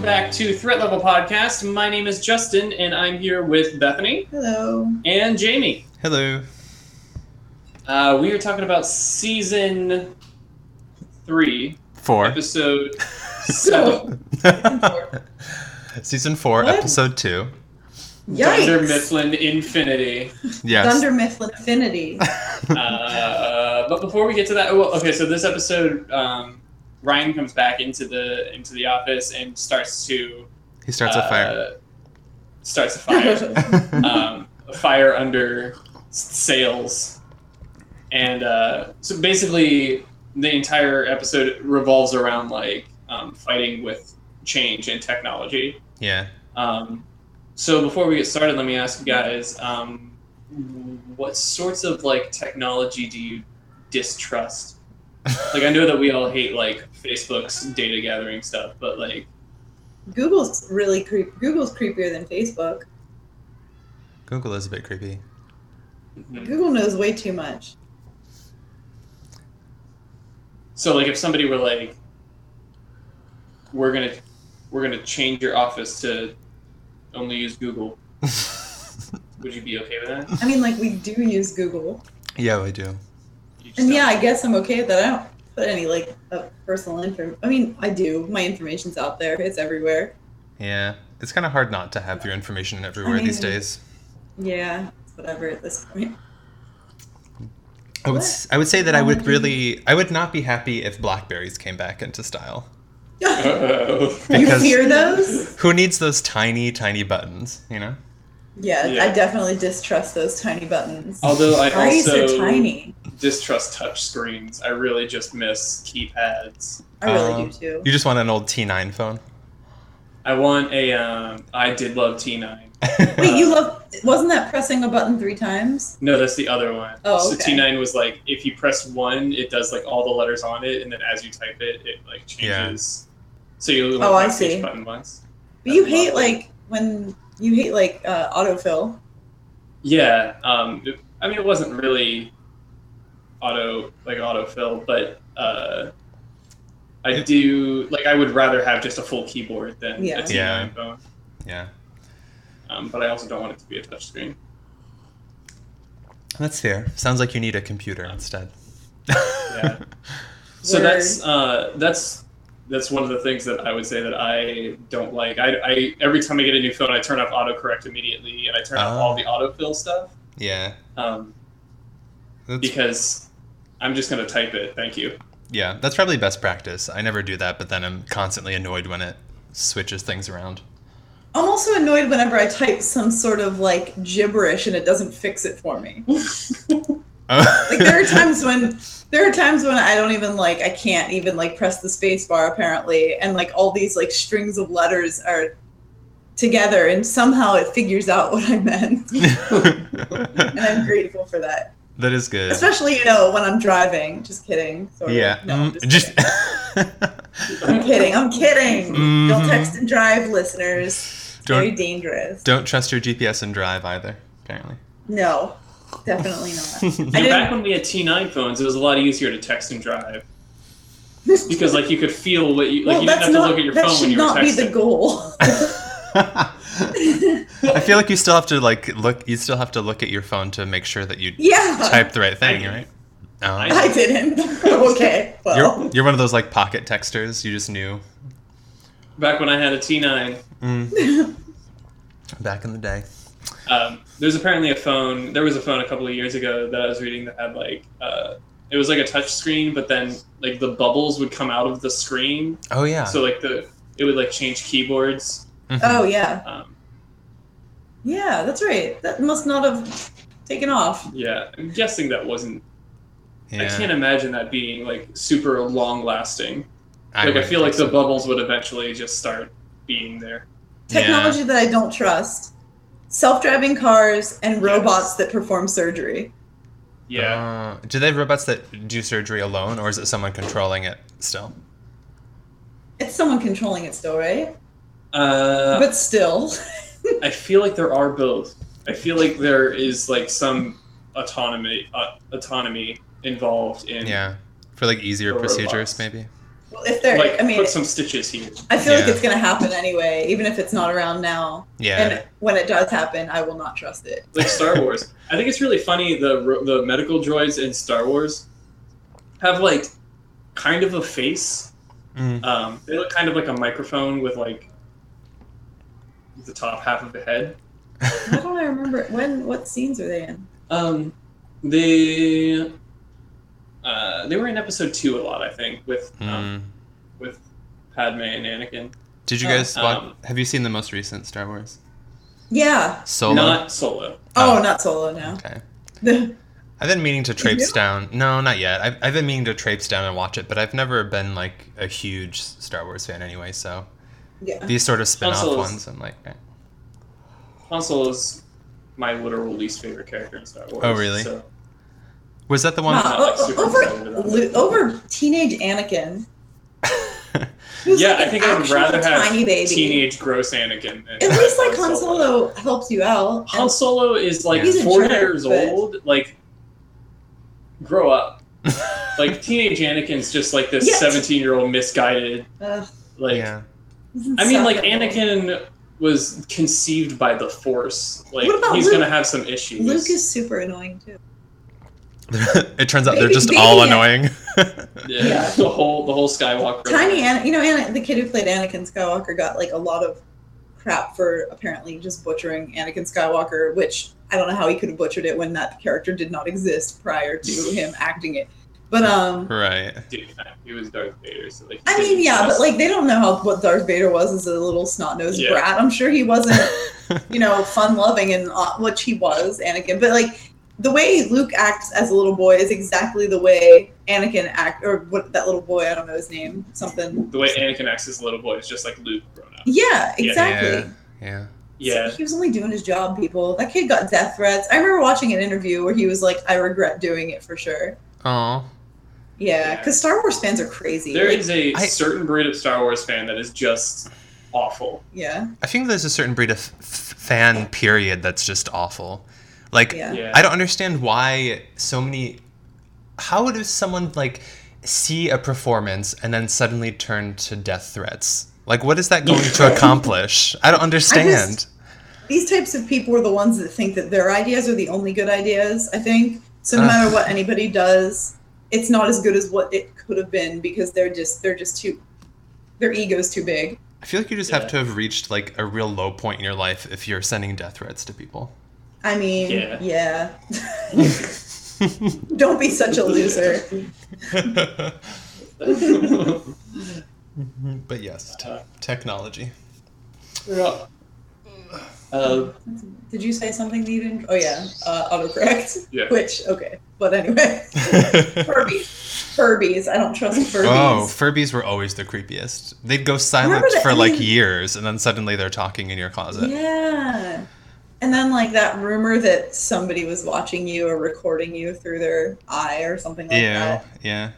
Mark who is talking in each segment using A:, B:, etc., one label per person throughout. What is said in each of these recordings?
A: back to Threat Level Podcast. My name is Justin, and I'm here with Bethany
B: Hello.
A: and Jamie.
C: Hello.
A: Uh, we are talking about season three,
C: Four.
A: episode seven.
C: Season four,
B: What?
C: episode two.
A: Thunder
B: Yikes.
A: Mifflin Infinity.
C: Yes.
B: Thunder Mifflin Affinity.
A: uh, but before we get to that, well, okay. So this episode, um, Ryan comes back into the into the office and starts to
C: He starts
A: uh,
C: a fire.
A: Starts a fire. um, a fire under s- sails, and uh, so basically the entire episode revolves around like um, fighting with change and technology.
C: yeah.
A: Um, so before we get started, let me ask you guys, um, what sorts of like technology do you distrust? Like I know that we all hate like Facebook's data gathering stuff, but like
B: Google's really creep. Google's creepier than Facebook.
C: Google is a bit creepy.
B: Google knows way too much.
A: so like if somebody were like, we're gonna we're gonna change your office to only use Google, would you be okay with that?
B: I mean, like we do use Google,
C: yeah, I do.
A: You just
B: and
A: don't-
B: yeah, I guess I'm okay with that. I don't put any like uh, personal info. I mean, I do. My information's out there. It's everywhere.
C: Yeah. It's kind of hard not to have your information everywhere these
B: mean-
C: days.
B: Yeah, it's whatever at this point.
C: I would
B: What?
C: s- I would say that I would
B: Technology.
C: really I would not be happy if blackberries came back into style.
B: you
A: Oh.
C: Because-
B: hear those?
C: Who needs those tiny tiny buttons, you know?
B: Yeah,
A: Yeah.
B: I definitely distrust those tiny buttons.
A: Although I
B: Eyes
A: also
B: are tiny.
A: distrust touch screens. I really just miss keypads.
B: I really
C: Um,
B: do too.
C: You just want an old T9 phone.
A: I want a. Um, I did love T9.
B: Wait, you love? Wasn't that pressing a button three times?
A: No, that's the other one.
B: Oh,
A: So
B: okay.
A: T9 was like if you press one, it does like all the letters on it, and then as you type it, it like
C: Yeah.
A: changes. So you only
B: Oh, I
A: press each
B: see.
A: button once.
B: But you
A: That's
B: hate
A: lovely.
B: like when you hate like uh, autofill.
A: Yeah. Um. it- I mean, it wasn't really auto like autofill, but uh, I
C: It-
A: do like I would rather have just a full keyboard than
B: Yeah.
A: a T9
C: Yeah.
A: phone.
C: yeah.
A: Um, but I also don't want it to be a touchscreen.
C: That's fair. Sounds like you need a computer instead.
A: Yeah. So
B: Word.
A: that's uh, that's that's one of the things that I would say that I don't like. I, I every time I get a new phone, I turn off autocorrect immediately, and I turn off
C: Oh.
A: all the autofill stuff
C: yeah.
A: um,
C: That's
A: because I'm just gonna type it. Thank you.
C: Yeah, that's probably best practice. I never do that, but then I'm constantly annoyed when it switches things around.
B: I'm also annoyed whenever I type some sort of like gibberish and it doesn't fix it for me. Like there are times when there are times when I don't even like I can't even like press the space bar apparently, and like all these like strings of letters are together, and somehow it figures out what I meant, and I'm grateful for that.
C: that is good.
B: Especially you know when I'm driving. Just kidding. Sort of.
C: yeah.
B: No, I'm
C: Mm,
B: just
C: just
B: kidding. I'm kidding. I'm kidding.
A: Mm-hmm.
B: Don't
C: Mhm.
B: text and drive, listeners. Very
C: don't
B: dangerous.
C: don't trust your GPS and drive either. Apparently.
B: No, definitely not. I
A: You know, back
B: didn't.
A: when we had T9 phones, it was a lot easier to text and drive because like you could feel what you like.
B: well,
A: you didn't
B: that's
A: have to
B: not.
A: look at your
B: that
A: phone
B: should
A: when you were
B: not be the
A: texting.
B: goal.
C: I feel like you still have to like look. You still have to look at your phone to make sure that you
B: yeah.
C: type the right thing,
A: I-
C: right? Oh.
A: I-
B: I didn't. okay. Well.
C: you're you're one of those like pocket texters. You just knew
A: Back when I had a T9,
C: Mm, back in the day.
A: Um, there's apparently a phone. There was a phone a couple of years ago that I was reading that had like uh, it was like a touch screen, but then like the bubbles would come out of the screen,
C: Oh yeah.
A: so like the it would like change keyboards.
C: Mhm.
B: oh yeah.
A: Um,
B: Yeah, that's right. That must not have taken off.
A: yeah, I'm guessing that wasn't. I
C: Yeah.
A: can't imagine that being like super long lasting. Like I,
C: would
A: feel like
C: think
A: the
C: so.
A: bubbles would eventually just start being there.
B: Technology that I don't trust. Self-driving cars and robots that perform surgery.
A: Yeah,
C: Uh, do they have robots that do surgery alone, or is it someone controlling it still?
B: It's someone controlling it still, right?
C: Uh-huh.
A: uh,
B: but still.
A: I feel like there are both. I feel like there is like some autonomy uh, autonomy involved in
C: Yeah, for like easier
A: For
C: procedures,
A: robots.
C: maybe.
B: Well, if they're,
A: like
B: I mean,
A: put some stitches here.
B: I feel like
C: Yeah.
B: it's gonna happen anyway, even if it's not around now.
C: Yeah.
B: And when it does happen, I will not trust it.
A: like Star Wars. I think it's really funny the ro- the medical droids in Star Wars have like kind of a face.
C: Mm.
A: Um, they look kind of like a microphone with like the top half of the head.
B: How
C: Mm.
B: do I remember when? What scenes are they in?
A: Um, they uh, they were in episode two a lot, I think, with um,
C: Mm.
A: with Padme and Anakin.
C: Did you
B: uh,
C: guys watch,
A: um,
C: have you seen the most recent Star Wars?
B: Yeah.
C: Solo.
A: Not Solo.
B: Oh,
C: Oh.
B: not solo now.
C: okay.
B: The-
C: I've been meaning to
B: you?
C: traipse down. No, not yet. I've, I've been meaning to traipse down and watch it, but I've never been like a huge Star Wars fan anyway. So
B: yeah.
C: these sort of spin off
A: Also, it's-
C: ones, I'm like, eh.
A: Han Solo is my literal least favorite character in Star Wars.
C: Oh, really?
A: So
C: was that the one?
A: Nah.
B: Wow,
A: not, like,
B: o-
A: super
B: o-
A: excited
B: over,
A: about
B: Lu-
A: it.
B: over teenage Anakin. who's
A: yeah,
B: like
A: I
B: an
A: think I'd
B: actual
A: rather have
B: tiny baby.
A: teenage gross Anakin. Than
B: At least like Han Solo helps you out.
A: Han Solo is like
C: He's
B: a
A: four
B: jerk,
A: years
B: but-
A: old. Like, grow up. Like teenage Anakin's just like this
B: Yes.
A: seventeen-year-old misguided.
B: Ugh,
A: Like,
C: yeah.
B: he's
A: I mean, like
B: insufferable.
A: Anakin was conceived by the Force. Like,
B: What about
A: he's
B: Luke?
A: gonna have some issues.
B: Luke is super annoying too.
C: it turns out they're
B: Baby-
C: just
B: baby
C: all
B: Yoda.
C: annoying.
A: yeah,
B: Yeah.
A: the whole the whole Skywalker.
B: Tiny Ana, you know, Ana, the kid who played Anakin Skywalker got like a lot of crap for apparently just butchering Anakin Skywalker, which I don't know how he could have butchered it when that character did not exist prior to him acting it. But um,
C: right.
A: Dude, he was Darth Vader. So like,
B: I mean, yeah, but like they don't know how what Darth Vader was as a little snot nosed
A: Yeah.
B: brat. I'm sure he wasn't, you know, fun loving and uh, which he was Anakin. But like the way Luke acts as a little boy is exactly the way Anakin act or what that little boy I don't know his name something.
A: the way Anakin acts as a little boy is just like Luke grown up.
B: Yeah, exactly.
C: Yeah.
A: Yeah,
B: He was only doing his job, people. That kid got death threats. I remember watching an interview where he was like, I regret doing it for sure.
C: Oh.
B: Yeah,
A: Yeah.
B: because Star Wars fans are crazy.
A: There
B: Like,
A: is a
C: I-
A: certain breed of Star Wars fan that is just awful.
B: yeah,
C: I think there's a certain breed of f- f- fan period that's just awful. Like
B: yeah.
A: Yeah.
C: I don't understand why so many. How does someone like see a performance and then suddenly turn to death threats? Like, what is that going to accomplish? I don't understand.
B: These types of people are the ones that think that their ideas are the only good ideas, I think. So no
C: Ugh.
B: matter what anybody does, it's not as good as what it could have been because they're just they're just too their ego's too big.
C: I feel like you just
A: Yeah.
C: have to have reached like a real low point in your life if you're sending death threats to people.
B: I mean,
A: Yeah.
B: yeah. Don't be such a loser.
C: but
A: They're
C: yes, te- technology.
A: all- uh,
B: Oh. Did you say something that you didn't? Oh yeah, uh, autocorrect.
A: Yeah.
B: Which okay, but anyway, Furbies. Furbies. I don't trust Furbies.
C: Oh, Furbies were always the creepiest. They'd go silent
B: that-
C: for
B: I
C: like
B: mean-
C: years, and then suddenly they're talking in your closet.
B: yeah. And then like that rumor that somebody was watching you or recording you through their eye or something like that.
C: Ew, yeah.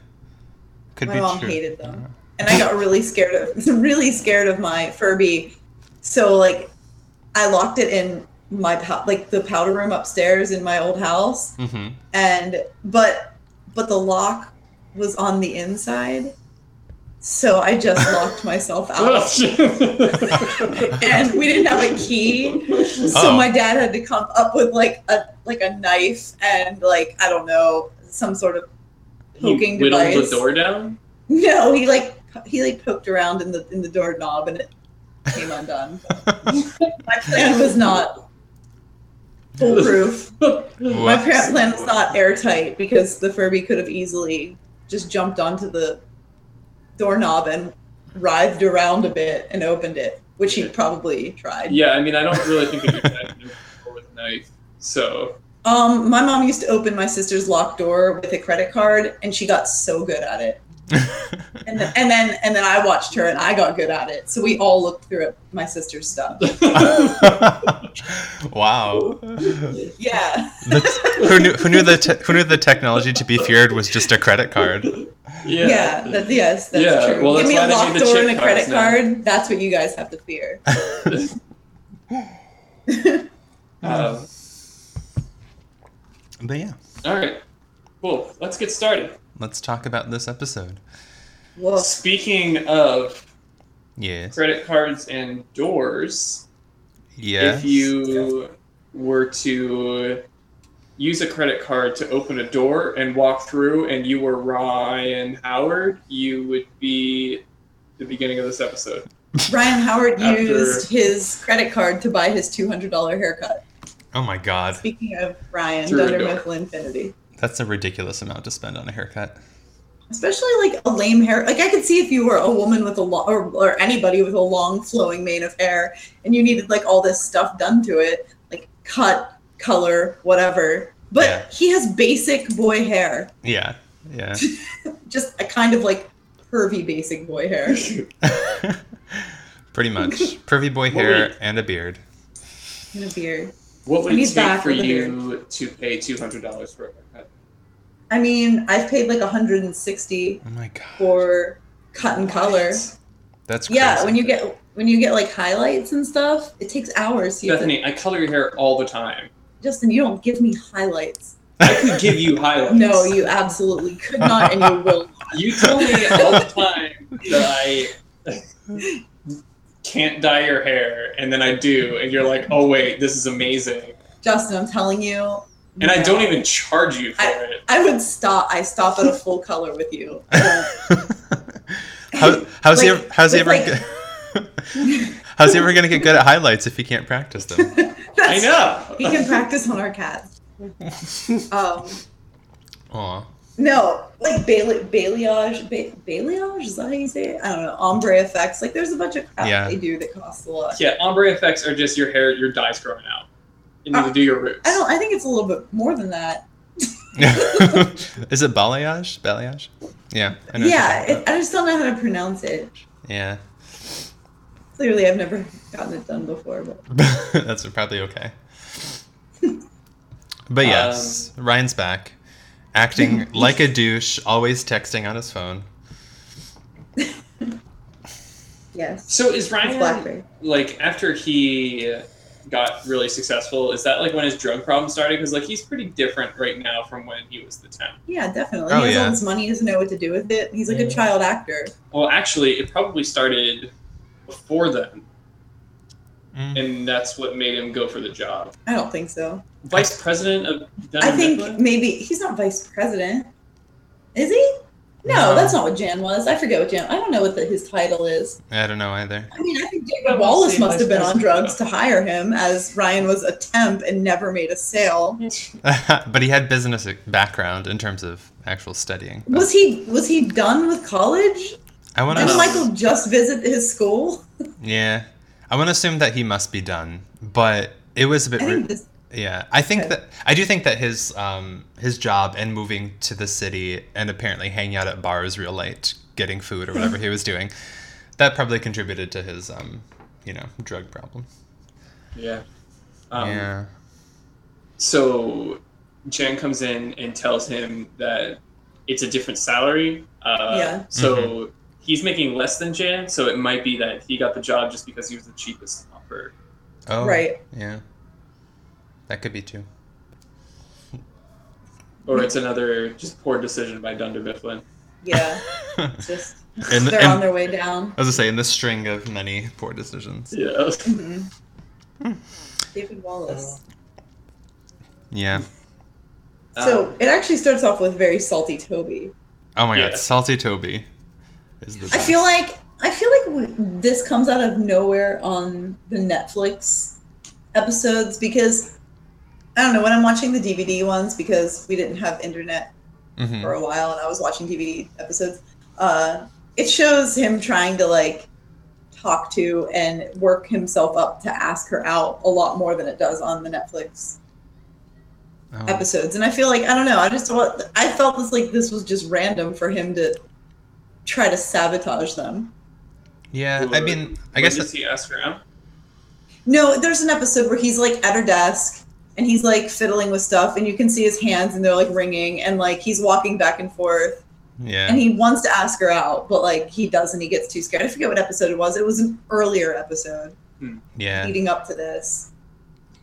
C: Could
B: My
C: be
B: mom
C: true.
B: hated them, and I got really scared of really scared of my Furby. So like, I locked it in my pow- like the powder room upstairs in my old house.
C: Mm-hmm.
B: and but but the lock was on the inside so i just locked myself
A: Oh,
B: out and we didn't have a key so
C: Oh.
B: my dad had to come up with like a like a knife and like i don't know some sort of
A: he
B: poking
A: whittled
B: device
A: the door down.
B: no he like he like poked around in the in the doorknob and it came undone my plan was not foolproof My parent plan was not airtight because the Furby could have easily just jumped onto the doorknob and writhed around a bit and opened it, which he probably tried.
A: Yeah, I mean, I don't really think it'd be bad to do it with a knife. So
B: Um, my mom used to open my sister's locked door with a credit card, and she got so good at it. And then, and then and then I watched her, and I got good at it. So we all looked through at my sister's stuff.
C: wow.
B: Yeah,
C: That's- who knew? Who knew the te- Who knew the technology to be feared was just a credit card?
B: yeah.
A: yeah,
B: that, yes, that's
A: Yeah,
B: true.
A: well,
B: Give
A: that's
B: me
A: why
B: a
A: they need
B: locked
A: the
B: door
A: chip
B: and a credit
A: cards now.
B: card. That's what you guys have to fear.
A: Uh,
C: But yeah,
A: all right, cool. Let's get started.
C: let's talk about this episode.
B: Whoa.
A: Speaking of
C: Yeah.
A: credit cards and doors,
C: Yeah.
A: if you were to use a credit card to open a door and walk through, and you were Ryan Howard, you would be the beginning of this episode.
B: Ryan Howard
A: After-
B: used his credit card to buy his two hundred dollar haircut.
C: oh my god.
B: Speaking of Ryan,
A: Through a
B: Dunder
A: door.
B: Mifflin Infinity.
C: That's a ridiculous amount to spend on a haircut.
B: Especially like a lame hair. Like I could see if you were a woman with a long or, or anybody with a long flowing mane of hair and you needed like all this stuff done to it, like cut, color, whatever. But
C: Yeah.
B: he has basic boy hair.
C: Yeah. Yeah.
B: Just a kind of like pervy basic boy hair.
C: Pretty much. Pervy boy
A: What
C: hair
A: we-
C: and a beard.
B: and a beard.
A: What would
B: And
A: it
B: he's
A: take
B: back
A: for
B: with a
A: you to pay two hundred dollars for a haircut?
B: I mean, I've paid like 160
C: Oh my god.
B: for cut and color.
C: That's crazy.
B: Yeah, when you get when you get like highlights and stuff, it takes hours. You have to,
A: Bethany, I color your hair all the time.
B: Justin, you don't give me highlights.
A: I could give you highlights.
B: No, you absolutely could not, and you will. not.
A: You tell me all the time that I can't dye your hair, and then I do, and you're like, "Oh wait, this is amazing,"
B: Justin, I'm telling you.
A: and I
B: no.
A: don't even charge you for it.
B: I would stop. I stop at a full color with you. I
C: How, how's he?
B: Like,
C: ever- How's he
B: with,
C: ever?
B: like-
C: go- how's he ever gonna get good at highlights if he can't practice them?
B: won't.
A: I
B: That's-
A: know.
B: He can practice on our cat. Um,
C: Aw.
B: no, like bail- balayage, ba- balayage is that how you say it? I don't know. Ombre effects. Like, there's a bunch of crap
C: Yeah.
B: they do that costs a lot.
A: yeah, ombre effects are just your hair, your dye's growing out. You need to do your roots.
B: Oh, I don't. I think it's a little bit more than that.
C: Is it balayage? Balayage? Yeah. I know what you're
B: yeah,
C: talking
B: it, I just don't know how to pronounce it.
C: about. Yeah.
B: Clearly, I've never gotten it done before. But
C: That's probably okay. But yes, Ryan's back, acting like a douche, always texting on his phone.
B: yes,
A: So is
B: it's
A: Ryan
B: blackberry.
A: like after he got really successful? Is that like when his drug problem started? Because like he's pretty different right now from when he was the temp.
B: Yeah, definitely.
C: Oh,
B: he has
C: yeah.
B: all this money. He doesn't know what to do with it. He's like
C: Yeah.
B: a child actor.
A: Well, actually, it probably started before then.
B: Mm-hmm.
A: and that's what made him go for the job.
B: I don't think so.
A: Vice president of Dunham
B: I think
A: Mifflin?
B: maybe he's not vice president. Is he? No,
C: No.
B: that's not what Jan was. I forget what Jan. I don't know what the, his title is.
C: I don't know either.
B: I mean, I think
A: Well,
B: David
A: we'll
B: Wallace
A: see,
B: must have
A: vice
B: been on
A: president,
B: drugs to hire him, as Ryan was a temp and never made a sale.
C: but he had business background in terms of actual studying. but
B: Was he was he done with college?
C: I want
A: don't
B: Did
A: know.
B: Michael just visit his school?
C: Yeah, I want to assume that he must be done, but it was a bit.
B: I
C: ru-
B: think this
C: Yeah, I think
B: Okay.
C: that I do think that his um his job and moving to the city and apparently hanging out at bars real late, getting food or whatever he was doing, that probably contributed to his um you know drug problem.
A: Yeah. Um,
C: yeah.
A: So Jen comes in and tells him that it's a different salary. Uh,
B: Yeah.
A: So
C: Mm-hmm.
A: he's making less than Jan, so it might be that he got the job just because he was the cheapest offer.
C: Oh.
B: right.
C: Yeah. That could be too.
A: Or it's another just poor decision by Dunder Mifflin.
B: Yeah,
C: and,
B: just
C: and
B: they're on their way down.
C: I was gonna say in this string of many poor decisions.
A: Yeah.
B: Mhm. David Wallace.
C: Yeah. Uh,
B: So
A: Um,
B: it actually starts off with very salty Toby.
C: Oh my
A: Yeah.
C: god, salty Toby is the
B: I
C: best.
B: feel like I feel like w- this comes out of nowhere on the Netflix episodes because I don't know when I'm watching the DVD ones because we didn't have internet
C: Mhm.
B: for a while and I was watching DVD episodes. Uh, it shows him trying to like talk to and work himself up to ask her out a lot more than it does on the Netflix
C: Oh.
B: episodes. And I feel like I don't know. I just wa- I felt this like this was just random for him to try to sabotage them.
C: Yeah, I
A: Or-
C: mean, I
A: when
C: guess
A: does he ask her out?
B: No, there's an episode where he's like at her desk and he's like fiddling with stuff, and you can see his hands and they're like ringing, and like he's walking back and forth, and
C: yeah.
B: he wants to ask her out, but like he doesn't. He gets too scared. I forget what episode it was. It was an earlier episode
C: Yeah.
B: leading up to this.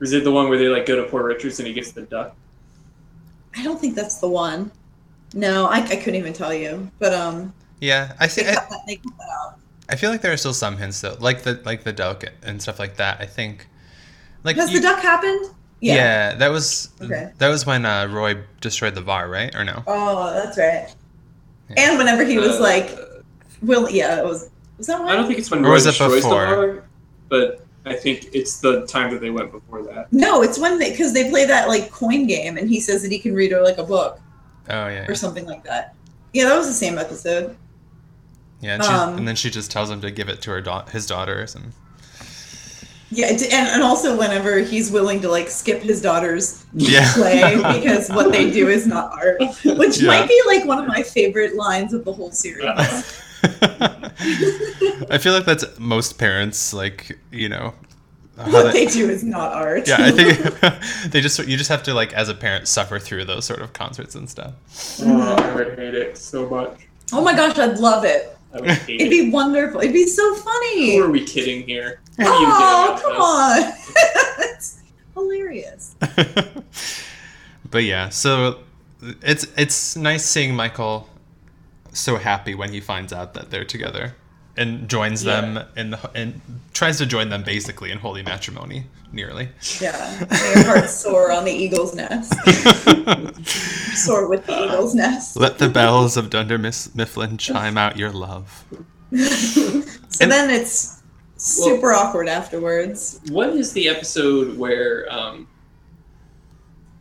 A: Or is it the one where they like go to Poor Richards and he gets the duck?
B: I don't think that's the one. No, I, I couldn't even tell you. But um,
C: Yeah, I see.
B: They
C: I,
B: cut that, they cut that out.
C: I feel like there are still some hints though, like the like the duck and stuff like that. I think, like
B: Has
C: you-
B: the duck happened?
C: Yeah. that was
B: Okay.
C: that was when uh, Roy destroyed the bar, right? Or no?
B: Oh, that's right.
C: Yeah.
B: And whenever he was
A: Uh,
B: like, "Will," yeah, it was. Was that one?
A: I don't think it's when
C: Or
A: Roy
C: was it
A: destroys
C: before?
A: the bar, but I think it's the time that they went before that.
B: No, it's when they because they play that like coin game, and he says that he can read her like a book
C: Oh yeah,
B: or something like that. Yeah, that was the same episode.
C: yeah. And, she's-
B: um,
C: and then she just tells him to give it to her da- his daughter or something.
B: Yeah, it- and, and also whenever he's willing to like skip his daughter's
C: Yeah.
B: play because what they do is not art, which
C: Yeah.
B: might be like one of my favorite lines of the whole series.
A: Yeah.
C: I feel like that's most parents, like you know. how
B: what
C: they-
B: they do is not art.
C: yeah, I think they just you just have to like as a parent suffer through those sort of concerts and stuff.
A: Oh, I would hate it so much.
B: oh my gosh, I'd love it.
A: I would hate
B: It'd
A: it.
B: be wonderful. It'd be so funny.
A: Who are we kidding here? What are you doing
B: Oh,
A: about
B: come
A: this?
B: on. it's hilarious.
C: but yeah, so it's it's nice seeing Michael so happy when he finds out that they're together and joins
A: Yeah.
C: them and and tries to join them basically in holy matrimony nearly.
B: Yeah. Their hearts soar on the eagle's nest. Soar with the eagle's nest.
C: Let the bells of Dunder Miss Mifflin chime out your love.
B: So then it's super awkward afterwards.
A: What is the episode where um,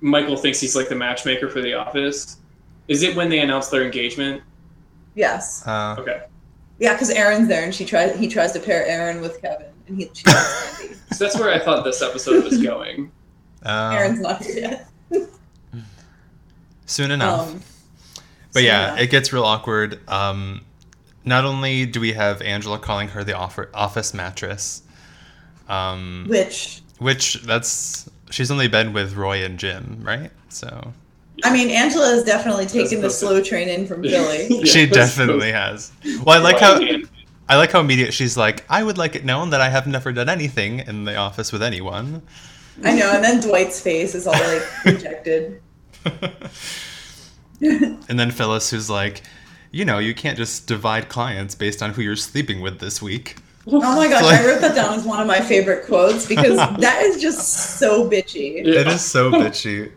A: Michael thinks he's like the matchmaker for The Office? Is it when they announce their engagement?
B: Yes.
C: Uh,
A: Okay,
B: Yeah, because Aaron's there and she tries he tries to pair Aaron with Kevin and he she doesn't want to be.
A: so that's where I thought this episode was going.
C: uh,
B: Aaron's not here yet.
C: soon enough.
B: Um, So,
C: But yeah,
B: yeah.
C: it gets real awkward. Um, not only do we have Angela calling her the offer- office mattress, um,
B: which
C: which that's she's only been with Roy and Jim, right? So
B: I mean Angela has definitely taken the
A: supposed to-
B: slow train in from Philly.
A: Yeah,
C: she
A: that's-
C: definitely has. Well, I like
A: Right.
C: how I like how immediate she's like, I would like it known that I have never done anything in the office with anyone.
B: I know, and then Dwight's face is all like rejected.
C: And then Phyllis, who's like, you know, you can't just divide clients based on who you're sleeping with this week.
B: Oh my gosh,
C: Like-
B: I wrote that down as one of my favorite quotes because that is just so bitchy.
C: It is so bitchy.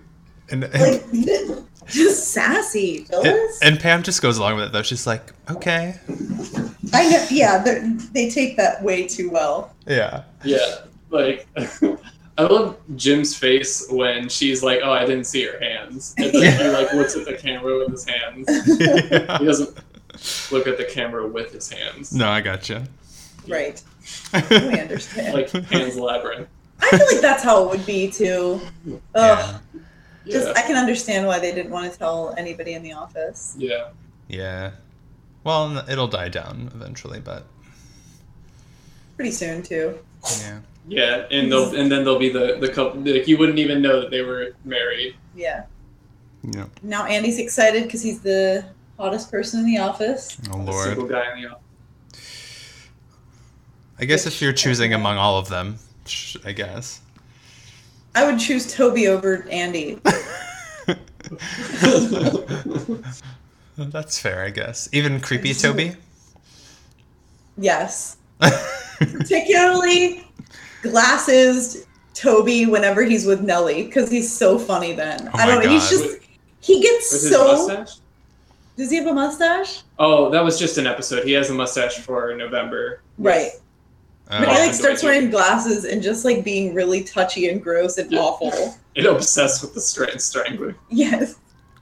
C: And, and
B: Like, just sassy, Phyllis.
C: and Pam just goes along with it though. She's like, okay,
B: I know, yeah, they're- they take that way too well.
C: yeah,
A: Yeah, like I love Jim's face when she's like, "Oh, I didn't see her hands," and then he like looks at the camera with his hands. He doesn't look at the camera with his hands.
C: no, I gotcha.
B: Right, we understand.
A: Like hands labyrinth.
B: I feel like that's how it would be too. Ugh,
A: Yeah.
B: just I can understand why they didn't want to tell anybody in the office.
A: yeah.
C: yeah. Well, n- it'll die down eventually, but
B: Pretty soon too.
C: yeah,
A: Yeah, and they'll and then they'll be the the couple. Like you wouldn't even know that they were married.
B: Yeah.
C: yeah.
B: Now Andy's excited because he's the hottest person in the office.
C: Oh
A: The
C: lord.
A: single guy in the office.
C: I guess if you're choosing among all of them, sh- I guess.
B: I would choose Toby over Andy.
C: That's fair, I guess. Even creepy Toby.
B: Yes. particularly glasses Toby whenever he's with Nelly because he's so funny then.
C: Oh
B: I don't
C: my
B: know. He's
C: God.
B: just he gets
A: With his
B: so.
A: mustache?
B: Does he have a mustache?
A: Oh, that was just an episode. He has a mustache for November.
B: Right. But he
C: Uh,
A: Really?
B: like starts
A: Annoying.
B: wearing glasses and just like being really touchy and gross and
A: Yeah.
B: awful.
A: It obsessed with the stra- strangler.
B: Yes.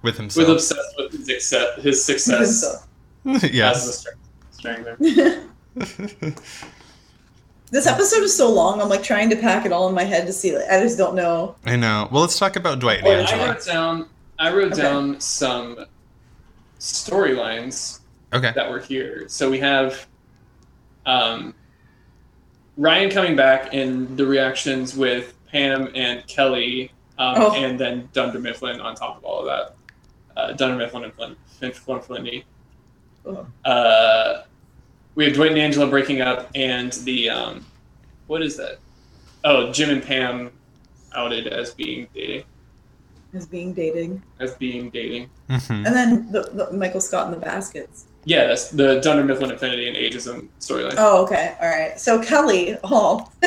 C: with
A: With
C: himself.
A: obsessed with his, accept- his success as the
C: yes.
A: str- strangler.
B: this episode is so long. I'm like trying to pack it all in my head to see. Like, I just don't know.
C: I know. Well, let's talk about
B: Oh,
C: Dwight and
A: Well, I
C: Angela.
A: wrote down. I wrote
B: Okay.
A: down some storylines
C: Okay.
A: that were here. So we have um, Ryan coming back and the reactions with Pam and Kelly, um,
B: Oh.
A: and then Dunder Mifflin on top of all of that. Uh, Dunder Mifflin and Flynn, Flynn, Flynn Flinny.
B: Oh.
A: Uh, we have Dwight and Angela breaking up, and the um, what is that? Oh, Jim and Pam outed as being dating,
B: As being dating,
A: as being dating.
C: Mhm.
B: and then the, the Michael Scott and the baskets.
A: Yeah, that's the Dunder Mifflin Infinity and Ageism storyline.
B: Oh, okay. All right. So Kelly, oh,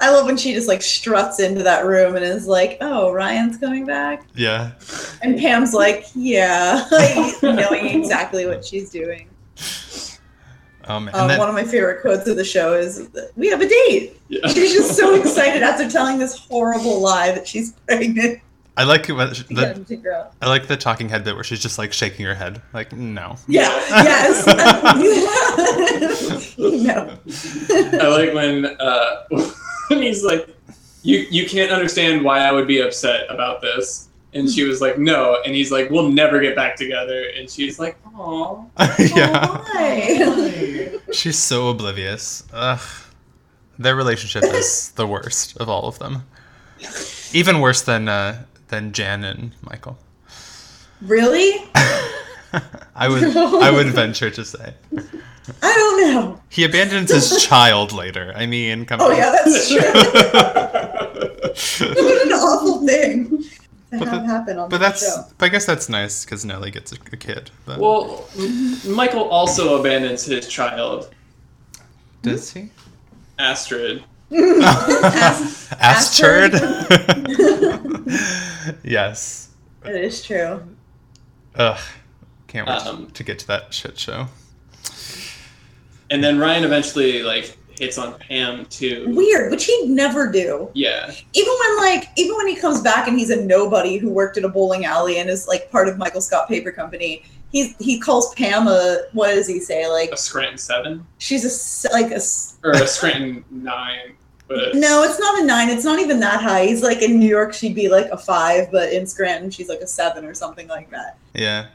B: I love when she just like struts into that room and is like, "Oh, Ryan's coming back,"
C: Yeah.
B: and Pam's like, "Yeah," like, knowing exactly what she's doing.
C: Um, and
B: Um,
C: then,
B: one of my favorite quotes of the show is, "We have a date."
A: Yeah.
B: She's just so excited after telling this horrible lie that she's pregnant.
C: I like it when she-
B: to get
C: the,
B: him to grow.
C: I like the talking head bit where she's just like shaking her head, like no.
B: Yeah. Yes. no.
A: I like when uh, when he's like, "You you can't understand why I would be upset about this," and she was like, "No," and he's like, "We'll never get back together," and she's like, "Aw."
B: Oh,
C: yeah.
B: Why?
C: She's so oblivious. Ugh. Their relationship is the worst of all of them. Even worse than uh, than Jan and Michael.
B: Really?
C: I would I would venture to say.
B: I don't know.
C: He abandons his child later. I mean, come
B: Oh
C: on.
B: yeah, that's true.
C: but
B: what an awful thing to
C: But
B: have
C: the-
B: happen on that
C: that's
B: show.
C: but I guess that's nice because Nelly gets a, a kid. But
A: well, M- Michael also abandons his child
C: does he?
A: Astrid.
C: Astrid. yes.
B: It is true.
C: Ugh. Can't wait
A: Um,
C: to get to that shit show.
A: And then Ryan eventually like hits on Pam too.
B: Weird, which he'd never do.
A: yeah,
B: Even when like even when he comes back and he's a nobody who worked at a bowling alley and is like part of Michael Scott Paper Company, he's he calls Pam a what does he say? Like
A: a Scranton seven
B: she's a s- like a s-
A: or a Scranton nine, but
B: no, it's not a nine. It's not even that high. He's like in New York, she'd be like a five, but in Scranton, she's like a seven or something like that.
C: Yeah.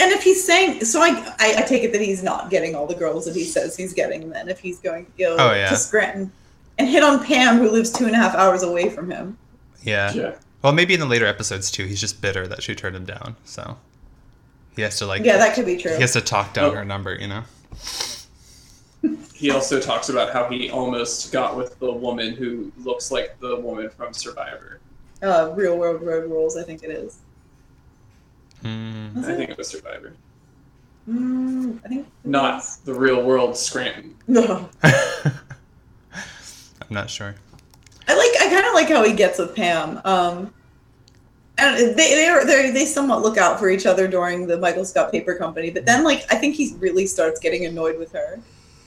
B: And if he's saying so, I, I I take it that he's not getting all the girls that he says he's getting. Then if he's going to go
C: Oh, yeah.
B: to Scranton and hit on Pam, who lives two and a half hours away from him.
C: Yeah.
A: yeah,
C: Well, maybe in the later episodes too, he's just bitter that she turned him down. So he has to like
B: Yeah, that could be true.
C: he has to talk down
A: Oh.
C: her number, you know.
A: he also talks about how he almost got with the woman who looks like the woman from Survivor.
B: Uh, real world road rules, I think it is.
C: Mm.
B: Is
A: I
B: it?
A: think it was Survivor,
B: Mm, I think it
A: not
B: is.
A: the real world Scranton.
B: No,
C: I'm not sure.
B: I like. I kind of like how he gets with Pam. Um, and they they are they they somewhat look out for each other during the Michael Scott Paper Company, but then like I think he really starts getting annoyed with her.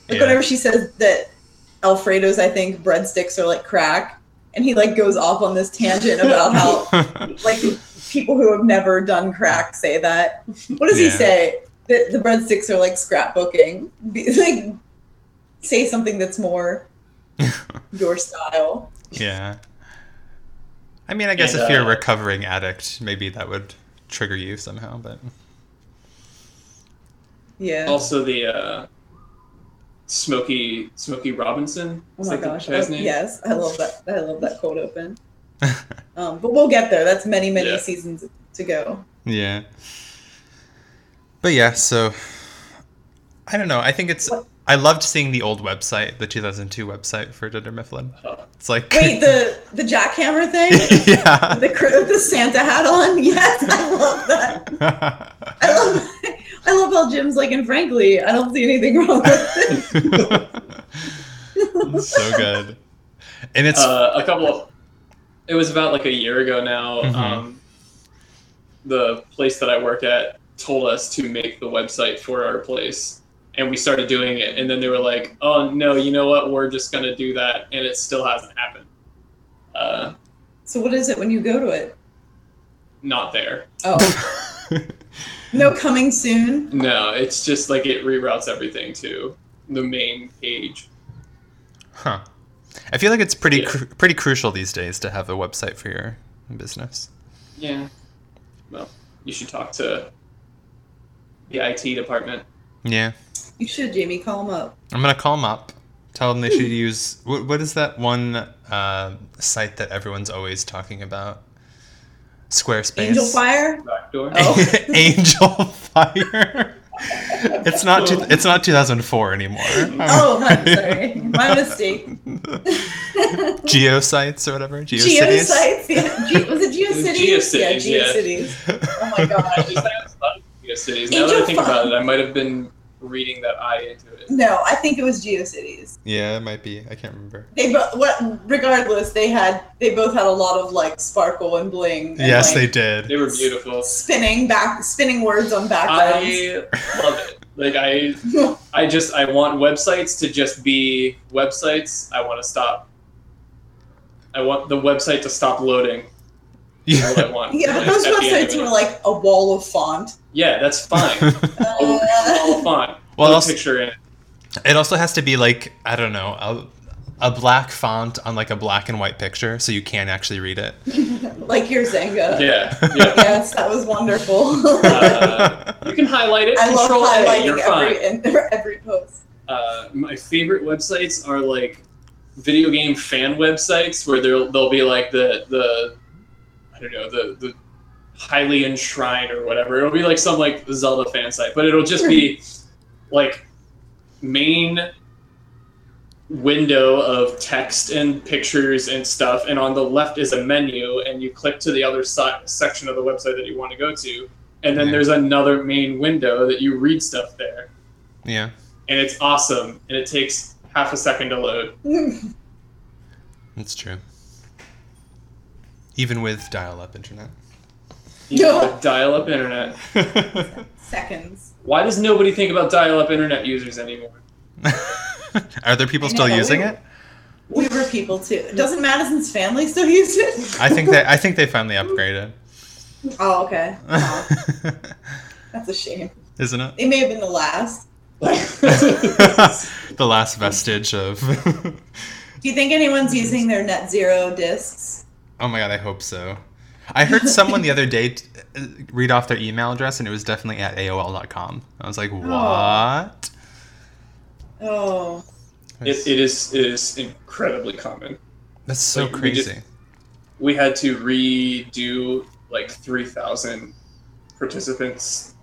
B: Like
C: Yeah.
B: whenever she says that Alfredo's, I think breadsticks are like crack, and he like goes off on this tangent about how like people who have never done crack say that. What does he
C: Yeah.
B: say? That the breadsticks are like scrapbooking. Be- Like say something that's more your style.
C: yeah. I mean, I guess
A: And,
C: if you're a
A: uh,
C: recovering addict, maybe that would trigger you somehow, but
B: Yeah.
C: Oh,
A: Also, the uh, Smokey Smokey Robinson.
B: oh
A: is
B: my
A: like the
B: gosh. I-
A: guy's name.
B: yes, I love that. I love that cold open. Um, but we'll get there. That's many, many
A: Yeah.
B: seasons to go.
C: yeah. But yeah, so I don't know. I think it's I loved seeing the old website, the 2002 website for Dunder Mifflin.
A: Oh.
C: It's like
B: Wait, the the jackhammer thing,
C: yeah.
B: the cr- the Santa hat on. Yes, I love that. I love I love how Jim's like, and frankly, I don't see anything wrong with it.
C: so good. And it's
A: Uh, a couple. Of, it was about like a year ago now.
C: Mhm.
A: Um, the place that I work at told us to make the website for our place, and we started doing it. And then they were like, "Oh no, you know what? We're just gonna do that," and it still hasn't happened. Uh,
B: So what is it when you go to it?
A: not there.
B: Oh, no coming soon.
A: No, it's just like it reroutes everything to the main page.
C: huh. I feel like it's pretty
A: Yeah.
C: cru- pretty crucial these days to have a website for your business.
A: Yeah. Well, you should talk to the IT department.
C: Yeah.
B: You should, Jamie, call him up.
C: I'm gonna call them up, tell them they should use what, what is that one uh, site that everyone's always talking about? Squarespace.
B: Angel Fire.
A: Backdoor.
B: Oh.
C: Angel Fire. it's not two, it's not 2004 anymore.
B: Oh, I'm sorry, my mistake.
C: Geosites or whatever.
B: Geocities. Yeah. Ge- was it GeoCities?
A: GeoCities, yeah.
B: Yeah, GeoCities. Oh my gosh.
A: Just- I always thought it was GeoCities. Now that I
B: Angel
A: think about
B: Fun.
A: it, I might have been reading that I into it.
B: No, I think it was GeoCities.
C: Yeah, it might be. I can't remember.
B: They both, what, regardless, they had they both had a lot of like sparkle and bling. And,
C: yes,
B: like,
C: they did.
A: They were beautiful.
B: spinning back, spinning words on backgrounds.
A: I love it. Like I, I just I want websites to just be websites. I want to stop. I want the website to stop loading. That's what I want.
B: yeah, but
A: And
B: those
A: at the end of
B: websites
A: it-
B: were like a wall of font.
A: Yeah, that's fine.
C: Yeah.
A: A wall
B: Uh,
A: of font.
C: Well,
A: Put a
C: also-
A: picture in. it.
C: It also has to be like I don't know a, a black font on like a black and white picture, so you can actually read it.
B: like your Zanga.
A: Yeah, yeah.
B: Yes, that was wonderful.
A: Uh, you can highlight it.
B: I love
A: Control A,
B: highlighting
A: You're fine.
B: every and every post.
A: uh, my favorite websites are like video game fan websites where they'll they'll be like the the I don't know the the highly enshrined or whatever. It'll be like some like Zelda fan site, but it'll just be like main window of text and pictures and stuff and on the left is a menu and you click to the other side section of the website that you want to go to and then
C: Yeah.
A: there's another main window that you read stuff there
C: Yeah.
A: and it's awesome and it takes half a second to load
C: That's true. Even with dial up internet.
A: you
B: Yeah.
A: dial up internet
B: Seconds.
A: why does nobody think about dial up internet users anymore
C: Are there people still
B: know,
C: using
B: we-
C: it?
B: We were people too. Doesn't Madison's family still use it?
C: I think they I think they finally upgraded.
B: Oh, okay. Oh, that's a shame.
C: Isn't it?
B: They may have been the last.
C: the last vestige of
B: Do you think anyone's using their net zero discs?
C: Oh my god, I hope so. I heard someone the other day t- uh, read off their email address and it was definitely at AOL.com. I was like, "What?"
B: Oh,
A: it, it is it is incredibly common
C: That's so
A: Like, we just-
C: crazy.
A: we had to redo like 3000 participants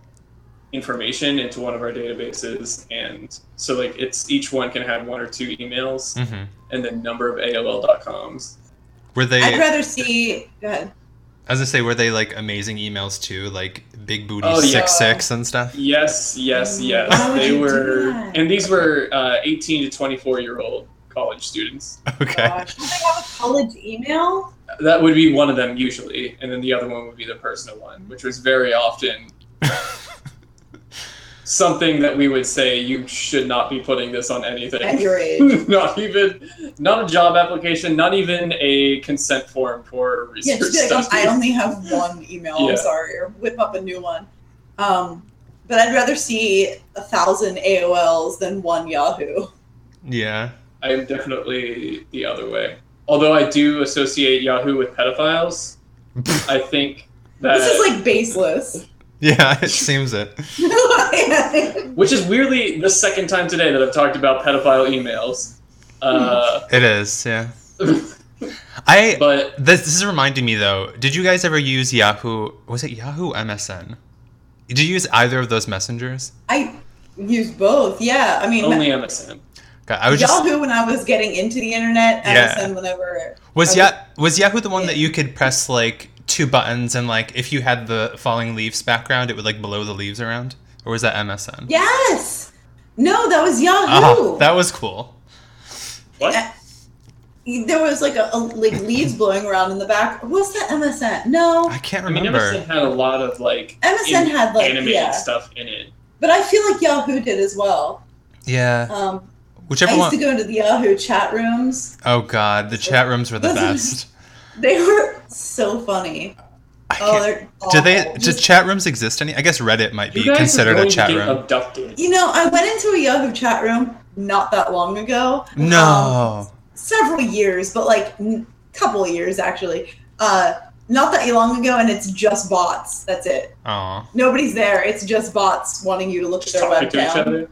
A: information into one of our databases and so like it's each one can have one or two emails
C: hmm
A: and the number of aol.coms
C: Were they
B: I'd rather see. Go ahead.
C: As I say, were they like amazing emails too, like Big Booty
A: Oh, yeah.
C: six six and stuff?
A: Yes, yes, yes.
B: Why would
A: they
B: you do
A: were,
B: that?
A: and these were uh, 18 to 24 year old college students.
C: Okay.
B: Gosh. Do they have a college email?
A: That would be one of them usually, and then the other one would be the personal one, which was very often something that we would say you should not be putting this on
B: At
A: anything.
B: your age.
A: not even, not a job application, not even a consent form for
B: Yeah,
A: research
B: just be like, "Oh,
A: stuff.
B: I only have one email.
A: Yeah.
B: I'm sorry, or whip up a new one. Um, but I'd rather see a thousand AOLs than one Yahoo.
C: yeah.
A: I am definitely the other way. Although I do associate Yahoo with pedophiles, I think that
B: This is like baseless.
C: yeah, it seems it.
A: Which is weirdly the second time today that I've talked about pedophile emails.
B: Hmm.
A: Uh,
C: It is, yeah. I
A: but
C: this, this is reminding me though. Did you guys ever use Yahoo? Was it Yahoo MSN? Did you use either of those messengers?
B: I used both. Yeah, I mean,
A: only MSN.
C: God, I was just
B: Yahoo when I was getting into the internet,
C: Yeah.
B: MSN whenever.
C: was
B: I was-
C: ya was Yahoo the one that you could press like two buttons and like if you had the falling leaves background, it would like blow the leaves around, or was that MSN?
B: Yes. No, that was Yahoo.
C: Ah, that was cool.
A: What?
B: Yeah. there was like a, a like leaves blowing around in the back. What's that MSN? No,
C: I can't
A: I mean,
C: remember.
A: MSN had a lot of like
B: MSN
A: in-
B: had like
A: animated
B: yeah,
A: stuff in it.
B: but I feel like Yahoo did as well.
C: yeah.
B: Um, I
C: Whichever
B: used
C: one
B: to go into the Yahoo chat rooms.
C: Oh god, the chat rooms were the
B: Those
C: best.
B: They were so funny.
C: I
B: Oh,
C: can't-
B: they're awful.
C: do they do
B: Just-
C: chat rooms exist any? I guess Reddit might be
A: You guys
C: considered
A: are going
C: a chat
A: to get
C: room.
A: abducted.
B: you know, I went into a Yahoo chat room not that long ago. Um,
C: No.
B: several years, but like n- couple years actually. Uh, not that long ago, and it's just bots. That's it.
C: Oh.
B: Nobody's there. It's just bots wanting you to look at
A: Just
B: their
A: talking to each
B: webcam.
A: other.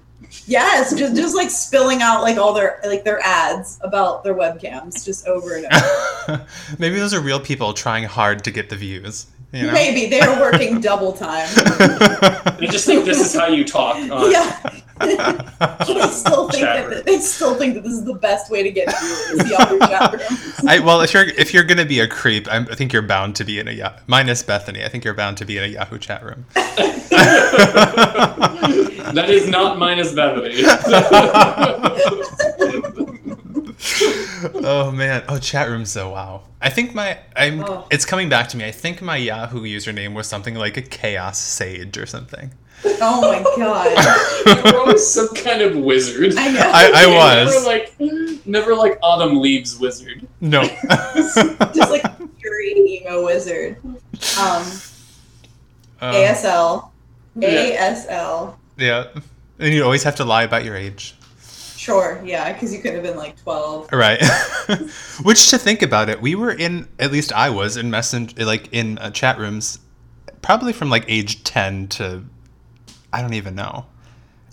B: Yes, just just like spilling out like all their like their ads about their webcams just over and over.
C: Maybe those are real people trying hard to get the views. You know?
B: Maybe they were working double time.
A: They just think this is how you talk. On,
B: yeah, they still think
A: Chat room.
B: that they still think that this is the best way to get through is the other chat room.
C: I, well, if you're if you're gonna be a creep, I'm, I think you're bound to be in a Yahoo. Minus Bethany, I think you're bound to be in a Yahoo chat room.
A: That is not minus Bethany.
C: oh man, oh chat rooms though. Wow, I think my I'm.
B: Oh.
C: It's coming back to me. I think my Yahoo username was something like a chaos sage or something.
B: Oh my god!
A: You're always some kind of wizard.
B: I know.
C: I,
A: You
C: I
A: Never
C: was
A: like, hmm, never like autumn leaves wizard.
C: no.
B: Just like a fury emo wizard. Um,
C: Um,
B: ASL,
A: Yeah.
B: ASL.
C: Yeah, and you always have to lie about your age.
B: Sure, yeah, because you could have been like twelve.
C: Right. Which to think about it, we were in at least I was in messenger like in uh, chat rooms probably from like age 10 to I don't even know.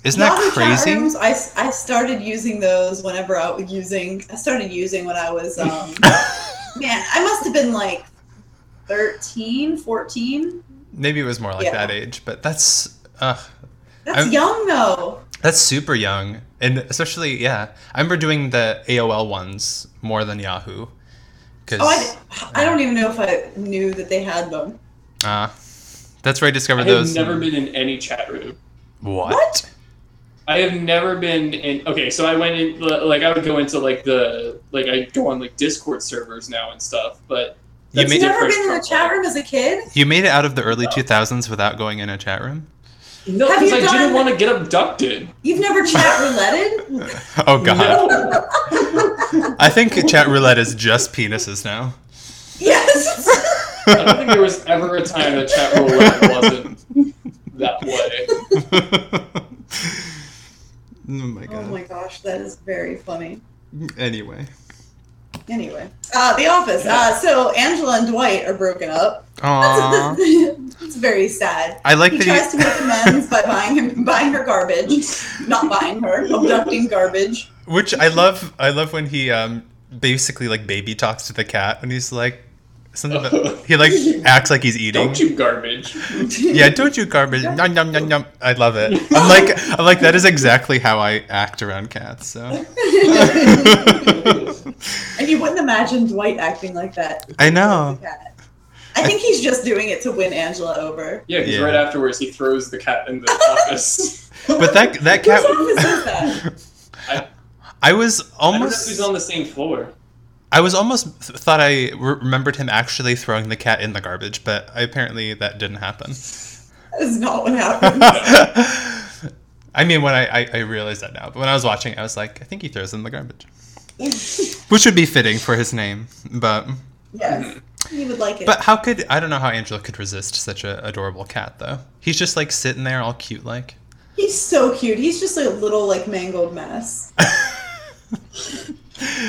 C: Isn't
B: Yahoo
C: that
B: chat
C: crazy?
B: rooms, I, s- I started using those whenever I was using. I started using when I was um, man. I must have been like 13, 14.
C: Maybe it was more like
B: Yeah.
C: that age, but that's uh,
B: That's
C: I'm-
B: young though.
C: that's super young. And especially yeah, I remember doing the AOL ones more than Yahoo. Cuz
B: Oh, I, I don't even know if I knew that they had them.
C: uh, that's where I discovered
A: I have
C: those.
A: never been in any chat room.
C: what?
B: What?
A: I have never been in. Okay, so I went in. Like I would go into like the like I go on like Discord servers now and stuff. But
C: You
A: that's
C: made-
B: You've never
A: different
B: been in a
A: from,
B: chat
A: like-
B: room as a kid?
C: You made it out of the early 2000s without going in a chat room?
A: No,
B: Have
A: because
B: you
A: I didn't
B: done-
A: want to get abducted.
B: You've never chat rouletted?
C: Oh god.
A: No.
C: I think chat roulette is just penises now.
B: yes.
C: Oh
A: I don't think there was ever a time that chat roulette wasn't that way.
C: oh my
B: oh
C: god.
B: my gosh, that is very funny.
C: Anyway.
B: Anyway, uh, The Office. Uh, so Angela and Dwight are broken up.
C: Aww.
B: it's very sad.
C: I like
B: He
C: that
B: tries
C: you,
B: to make amends by buying him, buying her garbage, not buying her, abducting garbage.
C: which I love I love when he um basically like baby talks to the cat and he's like something about, he like acts like he's eating.
A: Don't you garbage?
C: yeah, don't you garbage. Yum yum yum yum. I love it. I'm like I'm like that is exactly how I act around cats, so
B: And you wouldn't imagine Dwight acting like that.
C: I know.
B: I think he's just doing it to win Angela over.
A: Yeah, because
C: Yeah.
A: right afterwards he throws the cat in the office.
C: But that that
B: Whose
C: cat
B: office is that?
C: I was
A: I don't know
C: almost
A: if he's on the same floor.
C: I was almost th- thought I re- remembered him actually throwing the cat in the garbage, but I, apparently that didn't happen.
B: That is not what happened.
C: I mean, when I, I I realized that now, but when I was watching, I was like, I think he throws it in the garbage, which would be fitting for his name. But
B: yes, he would like it.
C: but how could I don't know how Angela could resist such a adorable cat though? He's just like sitting there all cute like.
B: he's so cute. He's just a little like mangled mess.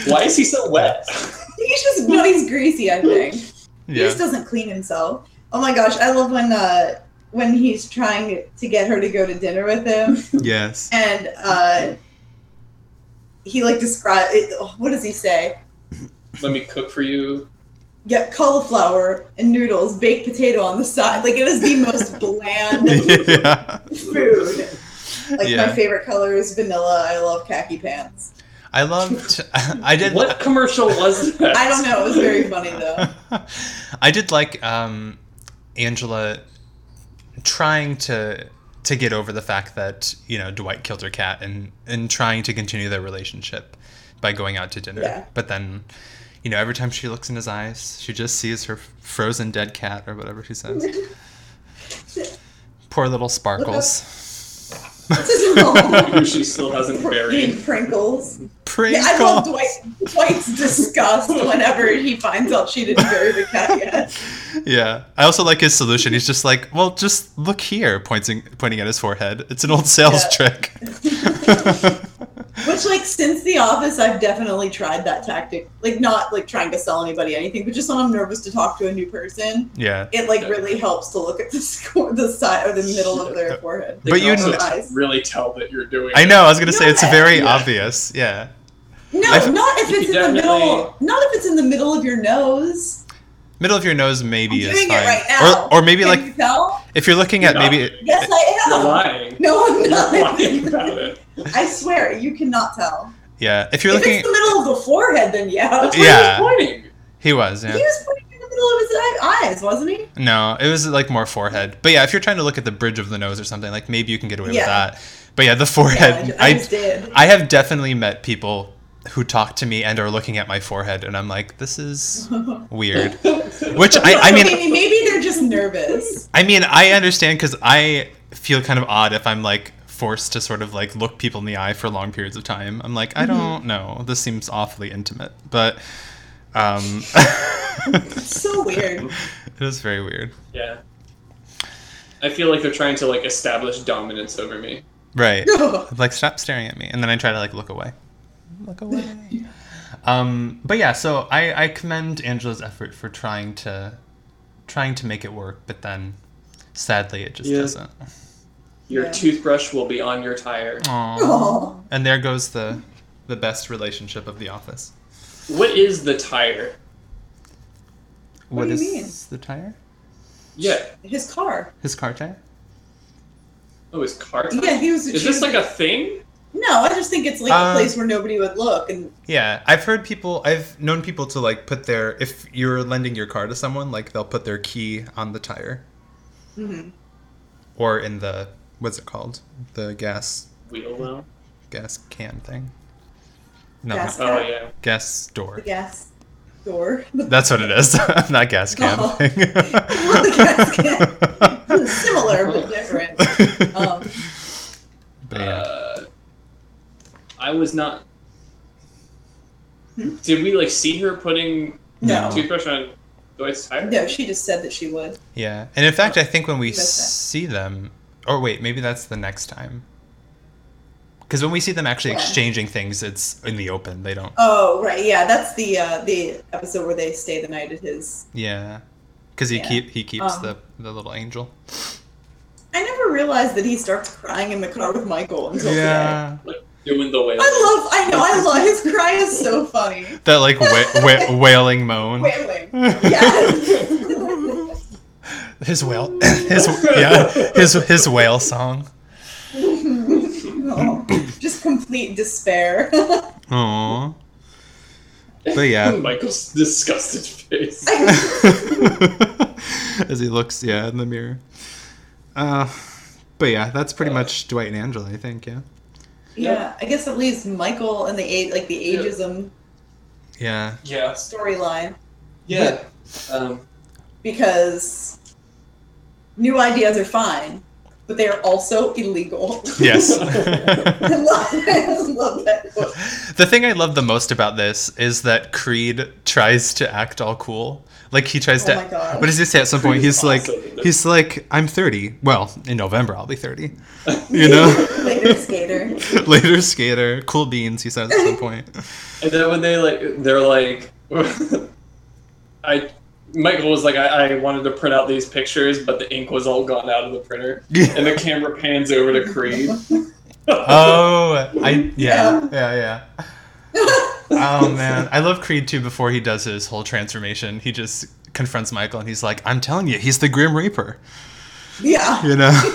A: Why is he so wet?
B: He's just no, he's greasy. I think. He
C: Yeah.
B: just doesn't clean himself. Oh my gosh, I love when uh when he's trying to get her to go to dinner with him
C: Yes.
B: and uh he like describes what does he say?
A: Let me cook for you.
B: Get cauliflower and noodles, baked potato on the side. Like it is the most bland
C: yeah.
B: food. Like
C: Yeah.
B: my favorite color is vanilla. I love khaki pants.
C: I loved. I did.
A: What commercial was that?
B: I don't know. It was very funny though.
C: I did like um, Angela trying to to get over the fact that you know Dwight killed her cat and and trying to continue their relationship by going out to dinner.
B: Yeah.
C: But then, you know, every time she looks in his eyes, she just sees her frozen dead cat or whatever she says. Poor little Sparkles.
B: It's just
A: Who she still hasn't buried.
B: all Pringles. Yeah, I love
C: Prinkle.
B: Dwight, Dwight's disgust whenever he finds out she didn't bury the cat yet.
C: Yeah. I also like his solution. He's just like, well, just look here, pointing pointing at his forehead. It's an old sales trick.
B: Which, like, since The Office, I've definitely tried that tactic. Like, not like trying to sell anybody anything, but just when I'm nervous to talk to a new person,
C: Yeah.
B: it like really helps to look at the score, the side or the middle of their forehead.
A: They
C: But
A: can
C: you
A: also
C: kn-
A: just really tell that you're doing.
C: I
A: it.
C: know. I was gonna say it's
B: Yeah.
C: very
A: Yeah.
C: obvious. Yeah.
B: No,
C: I've-
B: not if it's in the
A: Definitely.
B: middle. Not if it's in the middle of your nose.
C: Middle of your nose maybe
B: I'm
C: is
B: doing
C: fine.
B: it right now.
C: Or or maybe
B: Can
C: like
B: you tell?
C: if you're looking
A: You're
C: at maybe
B: Yes, I
A: You're
B: am.
A: lying.
B: No, I'm
A: lying
B: not.
A: about it.
B: I swear, you cannot tell.
C: Yeah, if you're
B: if
C: looking,
B: it's the middle of the forehead, then yeah.
A: That's
B: He
A: where he was
C: Yeah.
A: pointing.
C: he was. Yeah.
B: was pointing in the middle of his eye- eyes, wasn't he?
C: No, it was like more forehead. But yeah, if you're trying to look at the bridge of the nose or something, like maybe you can get away
B: Yeah.
C: with that. But yeah, the
B: Yeah,
C: forehead.
B: I, I just did.
C: I have definitely met people who talk to me and are looking at my forehead, and I'm like, this is weird. Which I, I mean,
B: maybe, maybe they're just nervous.
C: I mean, I understand because I feel kind of odd if I'm like forced to sort of like look people in the eye for long periods of time. I'm like, I don't know. This seems awfully intimate, but um, it
B: It's so weird.
C: is very weird,
A: Yeah. I feel like they're trying to like establish dominance over me.
C: right?
B: No.
C: like stop staring at me and then i try to like look away look away um but yeah so i i commend angela's effort for trying to trying to make it work but then sadly it just
A: Yeah.
C: doesn't
A: Your
B: Yeah.
A: toothbrush will be on your tire.
C: Aww.
B: Oh,
C: and there goes the the best relationship of the office
A: What is the tire?
B: What do
C: is
B: you mean?
C: the tire
A: Yeah.
B: his car.
C: his car tire
A: Oh, his car tire?
B: Yeah, he was.
A: Is this like a thing?
B: No, I just think it's like
C: Uh,
B: a place where nobody would look, and
C: yeah i've heard people i've known people to like put their if you're lending your car to someone like they'll put their key on the tire
B: Mhm.
C: or in the what's it called the gas
A: Wheel well.
C: gas can thing. No,
B: Gas.
C: not-
A: Oh yeah.
C: gas door.
B: the gas door.
C: That's what it is. not gas can
B: Oh.
C: thing.
B: The Similar but different. Um,
C: But yeah.
A: Uh, I was not.
B: Hmm?
A: Did we like see her putting
B: no.
A: toothbrush on Dwight's tire?
B: No, she just said that she would.
C: yeah, and in fact, I think when we
B: That's it.
C: see them, or wait, maybe that's the next time. Because when we see them actually
B: Yeah.
C: exchanging things, it's in the open. They don't.
B: Oh, right. Yeah, that's the uh, the episode where they stay the night at his.
C: Yeah, because he
B: Yeah.
C: keep he keeps
B: Um.
C: the the little angel.
B: I never realized that he starts crying in the car with Michael until today.
A: Doing the whale.
B: I love. I know. I love his cry is so funny.
C: that like wa- wa- wailing moan.
B: Wait, wait. Yeah.
C: His whale, his yeah, his his whale song.
B: No, just complete despair.
C: Aww. But yeah,
A: Michael's disgusted face.
C: as he looks, yeah, in the mirror. Uh, but yeah, that's pretty much Dwight and Angela, I think. Yeah.
B: yeah, I guess it leaves Michael and the age, like the
A: Yeah.
B: ageism
C: Yeah.
A: Yeah.
B: storyline
A: Yeah. Um,
B: because new ideas are fine, but they are also illegal.
C: Yes.
B: I love, I love that. quote.
C: the thing I love the most about this is that Creed tries to act all cool. Like he tries
B: Oh
C: to.
B: my god.
C: What does he say at some
A: Creed
C: point?
A: is
C: He's like,
A: awesome.
C: he's like, I'm 30. Well, in November I'll be 30. You know.
B: Later, skater.
C: Later, skater, cool beans. He says at some point.
A: and then when they like, they're like, I. Michael was like, I, I wanted to print out these pictures, but the ink was all gone out of the printer. And the camera pans over to Creed.
C: Oh, I yeah, yeah, yeah. Oh man, I love Creed too. Before he does his whole transformation, he just confronts Michael and he's like, "I'm telling you, he's the Grim Reaper,"
B: Yeah.
C: you know.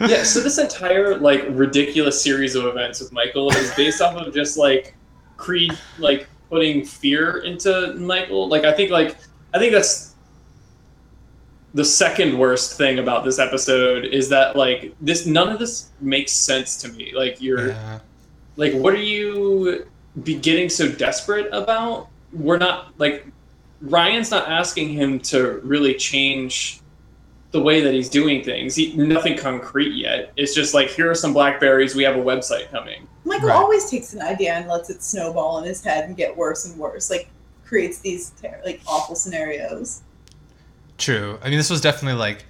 A: Yeah, so this entire like ridiculous series of events with Michael is based off of just like Creed like putting fear into Michael. Like I think like I think that's the second worst thing about this episode is that like this none of this makes sense to me. Like you're
C: Yeah.
A: like what are you be getting so desperate about we're not like ryan's not asking him to really change the way that he's doing things he, nothing concrete yet it's just like here are some blackberries we have a website coming
B: Michael
C: Right.
B: always takes an idea and lets it snowball in his head and get worse and worse. Like creates these ter- like awful scenarios.
C: True. I mean, this was definitely like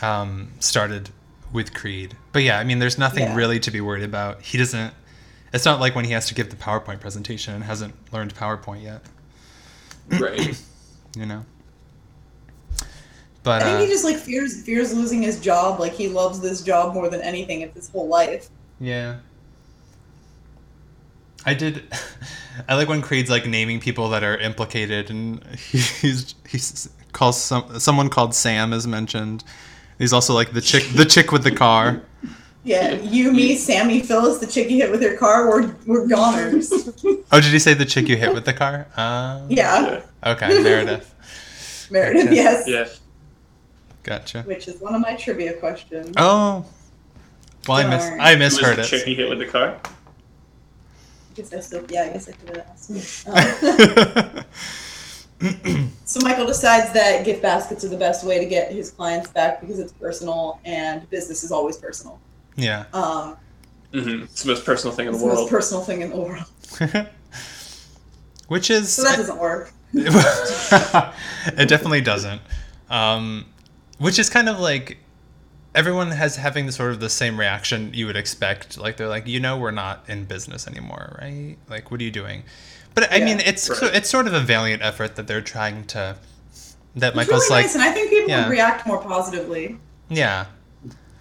C: um, started with Creed, but yeah, I mean, there's nothing
B: Yeah.
C: really to be worried about. He doesn't. It's not like when he has to give the PowerPoint presentation and hasn't learned PowerPoint yet,
A: right
C: you know. But
B: I think
C: uh,
B: he just like fears fears losing his job. Like he loves this job more than anything of his whole life.
C: Yeah. I did. I like when Creed's like naming people that are implicated, and he, he's he's calls some someone called Sam is mentioned. He's also like the chick, the chick with the car.
B: Yeah, you, me, Sammy, Phyllis, the chick you hit with your car, we're, we're goners.
C: Oh, did you say the chick you hit with the car? Uh,
B: Yeah,
C: Okay, Meredith.
B: Meredith,
C: Gotcha.
B: yes.
A: Yeah.
C: Gotcha.
B: Which is one of my trivia questions.
C: Oh. Well, I miss
B: Darn.
C: I
A: Was
C: misheard
A: the
C: it.
A: chick you hit with the car?
B: I guess I still, yeah, I guess I could have asked. Um, So Michael decides that gift baskets are the best way to get his clients back because it's personal and business is always personal.
C: yeah.
B: Um,
A: Mm-hmm. It's the most personal thing in
B: it's
A: the
B: the most
A: world.
B: personal thing in the world.
C: Which is
B: So that doesn't work.
C: it definitely doesn't. Um, which is kind of like everyone has having the sort of the same reaction you would expect. Like they're like, you know, we're not in business anymore, right? Like, what are you doing? But I
B: Yeah,
C: mean, it's
A: right.
C: so- it's sort of a valiant effort that they're trying to. That
B: It's
C: Michael's
B: really
C: like,
B: nice, and I think people
C: yeah.
B: would react more positively.
C: yeah,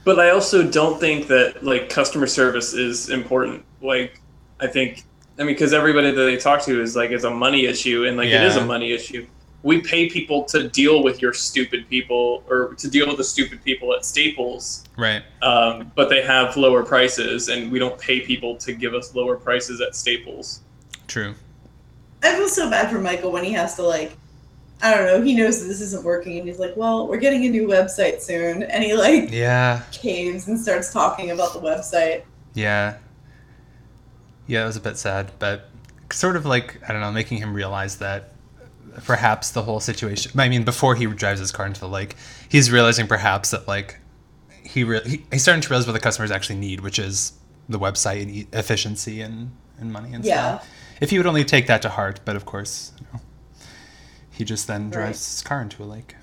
A: But I also don't think that like customer service is important. Like I think I mean because everybody that they talk to is like it's a money issue and like it is
C: Yeah.
A: a money issue. We pay people to deal with your stupid people or to deal with the stupid people at Staples,
C: right,
A: um, but they have lower prices, and we don't pay people to give us lower prices at Staples.
C: true,
B: I feel so bad for Michael when he has to like, I don't know. He knows that this isn't working, and he's like, "Well, we're getting a new website soon," and he like
C: yeah,
B: caves and starts talking about the website.
C: yeah, yeah. It was a bit sad, but sort of like I don't know, making him realize that perhaps the whole situation. I mean, before he drives his car into the lake, he's realizing perhaps that like he, re- he he's starting to realize what the customers actually need, which is the website and e- efficiency and and money and
B: Yeah.
C: stuff. If he would only take that to heart, but of course, you know, he just then
B: Right.
C: drives his car into a lake,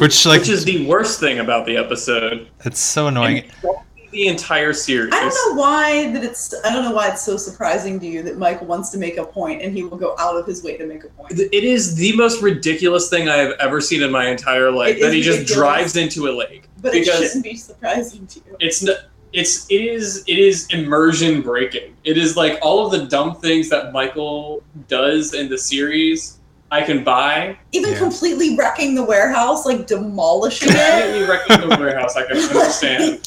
C: which like
A: Which is the worst thing about the episode.
C: it's so
A: And
C: annoying.
A: probably the entire series.
B: I don't know why that it's. I don't know why it's so surprising to you that Michael wants to make a point and he will go out of his way to make a point.
A: It is the most ridiculous thing I have ever seen in my entire life.
B: It
A: That
B: is
A: he just
B: ridiculous.
A: drives into a lake.
B: But
A: Because-
B: it shouldn't be surprising to you.
A: It's n- it's it is it is immersion breaking. It is like all of the dumb things that Michael does in the series. I can buy.
B: Even
C: Yeah.
B: completely wrecking the warehouse, like demolishing it.
A: Completely wrecking the warehouse. I can understand.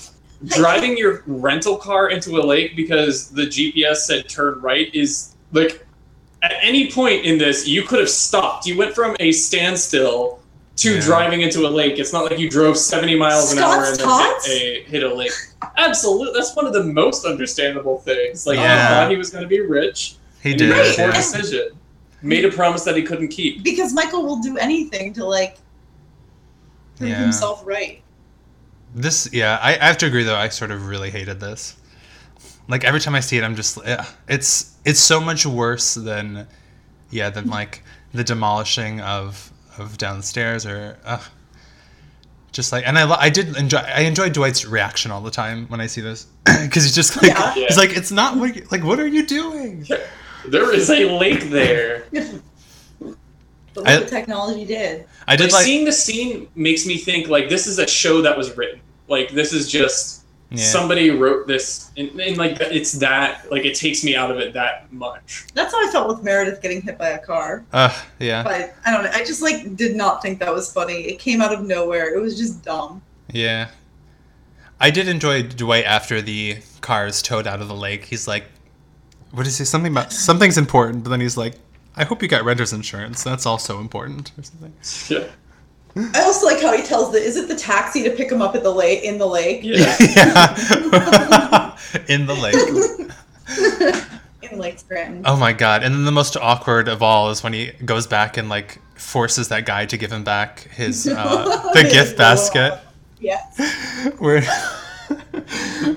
A: Driving your rental car into a lake because the GPS said turn right is like at any point in this you could have stopped. You went from a standstill to
C: Yeah.
A: driving into a lake. It's not like you drove 70 miles an hour and
B: Scott's
A: then
B: Tots?
A: hit a, hit a lake. Absolutely, that's one of the most understandable things. Like
C: Yeah.
A: I thought he was going to be rich.
C: He
A: and he made a
C: did.
B: Right,
A: poor
B: and-
C: yeah.
A: decision. Made a promise that he couldn't keep.
B: because Michael will do anything to like prove
C: Yeah.
B: himself right.
C: This, yeah, I, I have to agree though. I sort of really hated this. Like every time I see it, I'm just, yeah, it's it's so much worse than, yeah, than like the demolishing of of downstairs or, uh, just like, and I lo- I did enjoy I enjoy Dwight's reaction all the time when I see this because he's just like
B: Yeah.
C: he's like it's not what you- like what are you doing?
A: There is a lake there.
B: But
C: I-
B: what the technology did.
C: I did
A: like,
C: like
A: seeing the scene makes me think like this is a show that was written like this is just
C: yeah.
A: somebody wrote this and, and like it's that like it takes me out of it that much
B: That's how I felt with Meredith getting hit by a car.
C: Ugh, yeah.
B: But I don't know. I just like did not think that was funny. It came out of nowhere. It was just dumb.
C: Yeah. I did enjoy Dwight after the car is towed out of the lake. He's like, what is he? Something about something's important, but then he's like, I hope you got renter's insurance. That's also important or something.
A: yeah
B: I also like how he tells the is it the taxi to pick him up at the lake in the lake?
A: yeah
C: Yeah. In the lake.
B: In Lake Scranton.
C: Oh my god. And then the most awkward of all is when he goes back and like forces that guy to give him back his uh, the gift basket.
B: Yes.
C: Where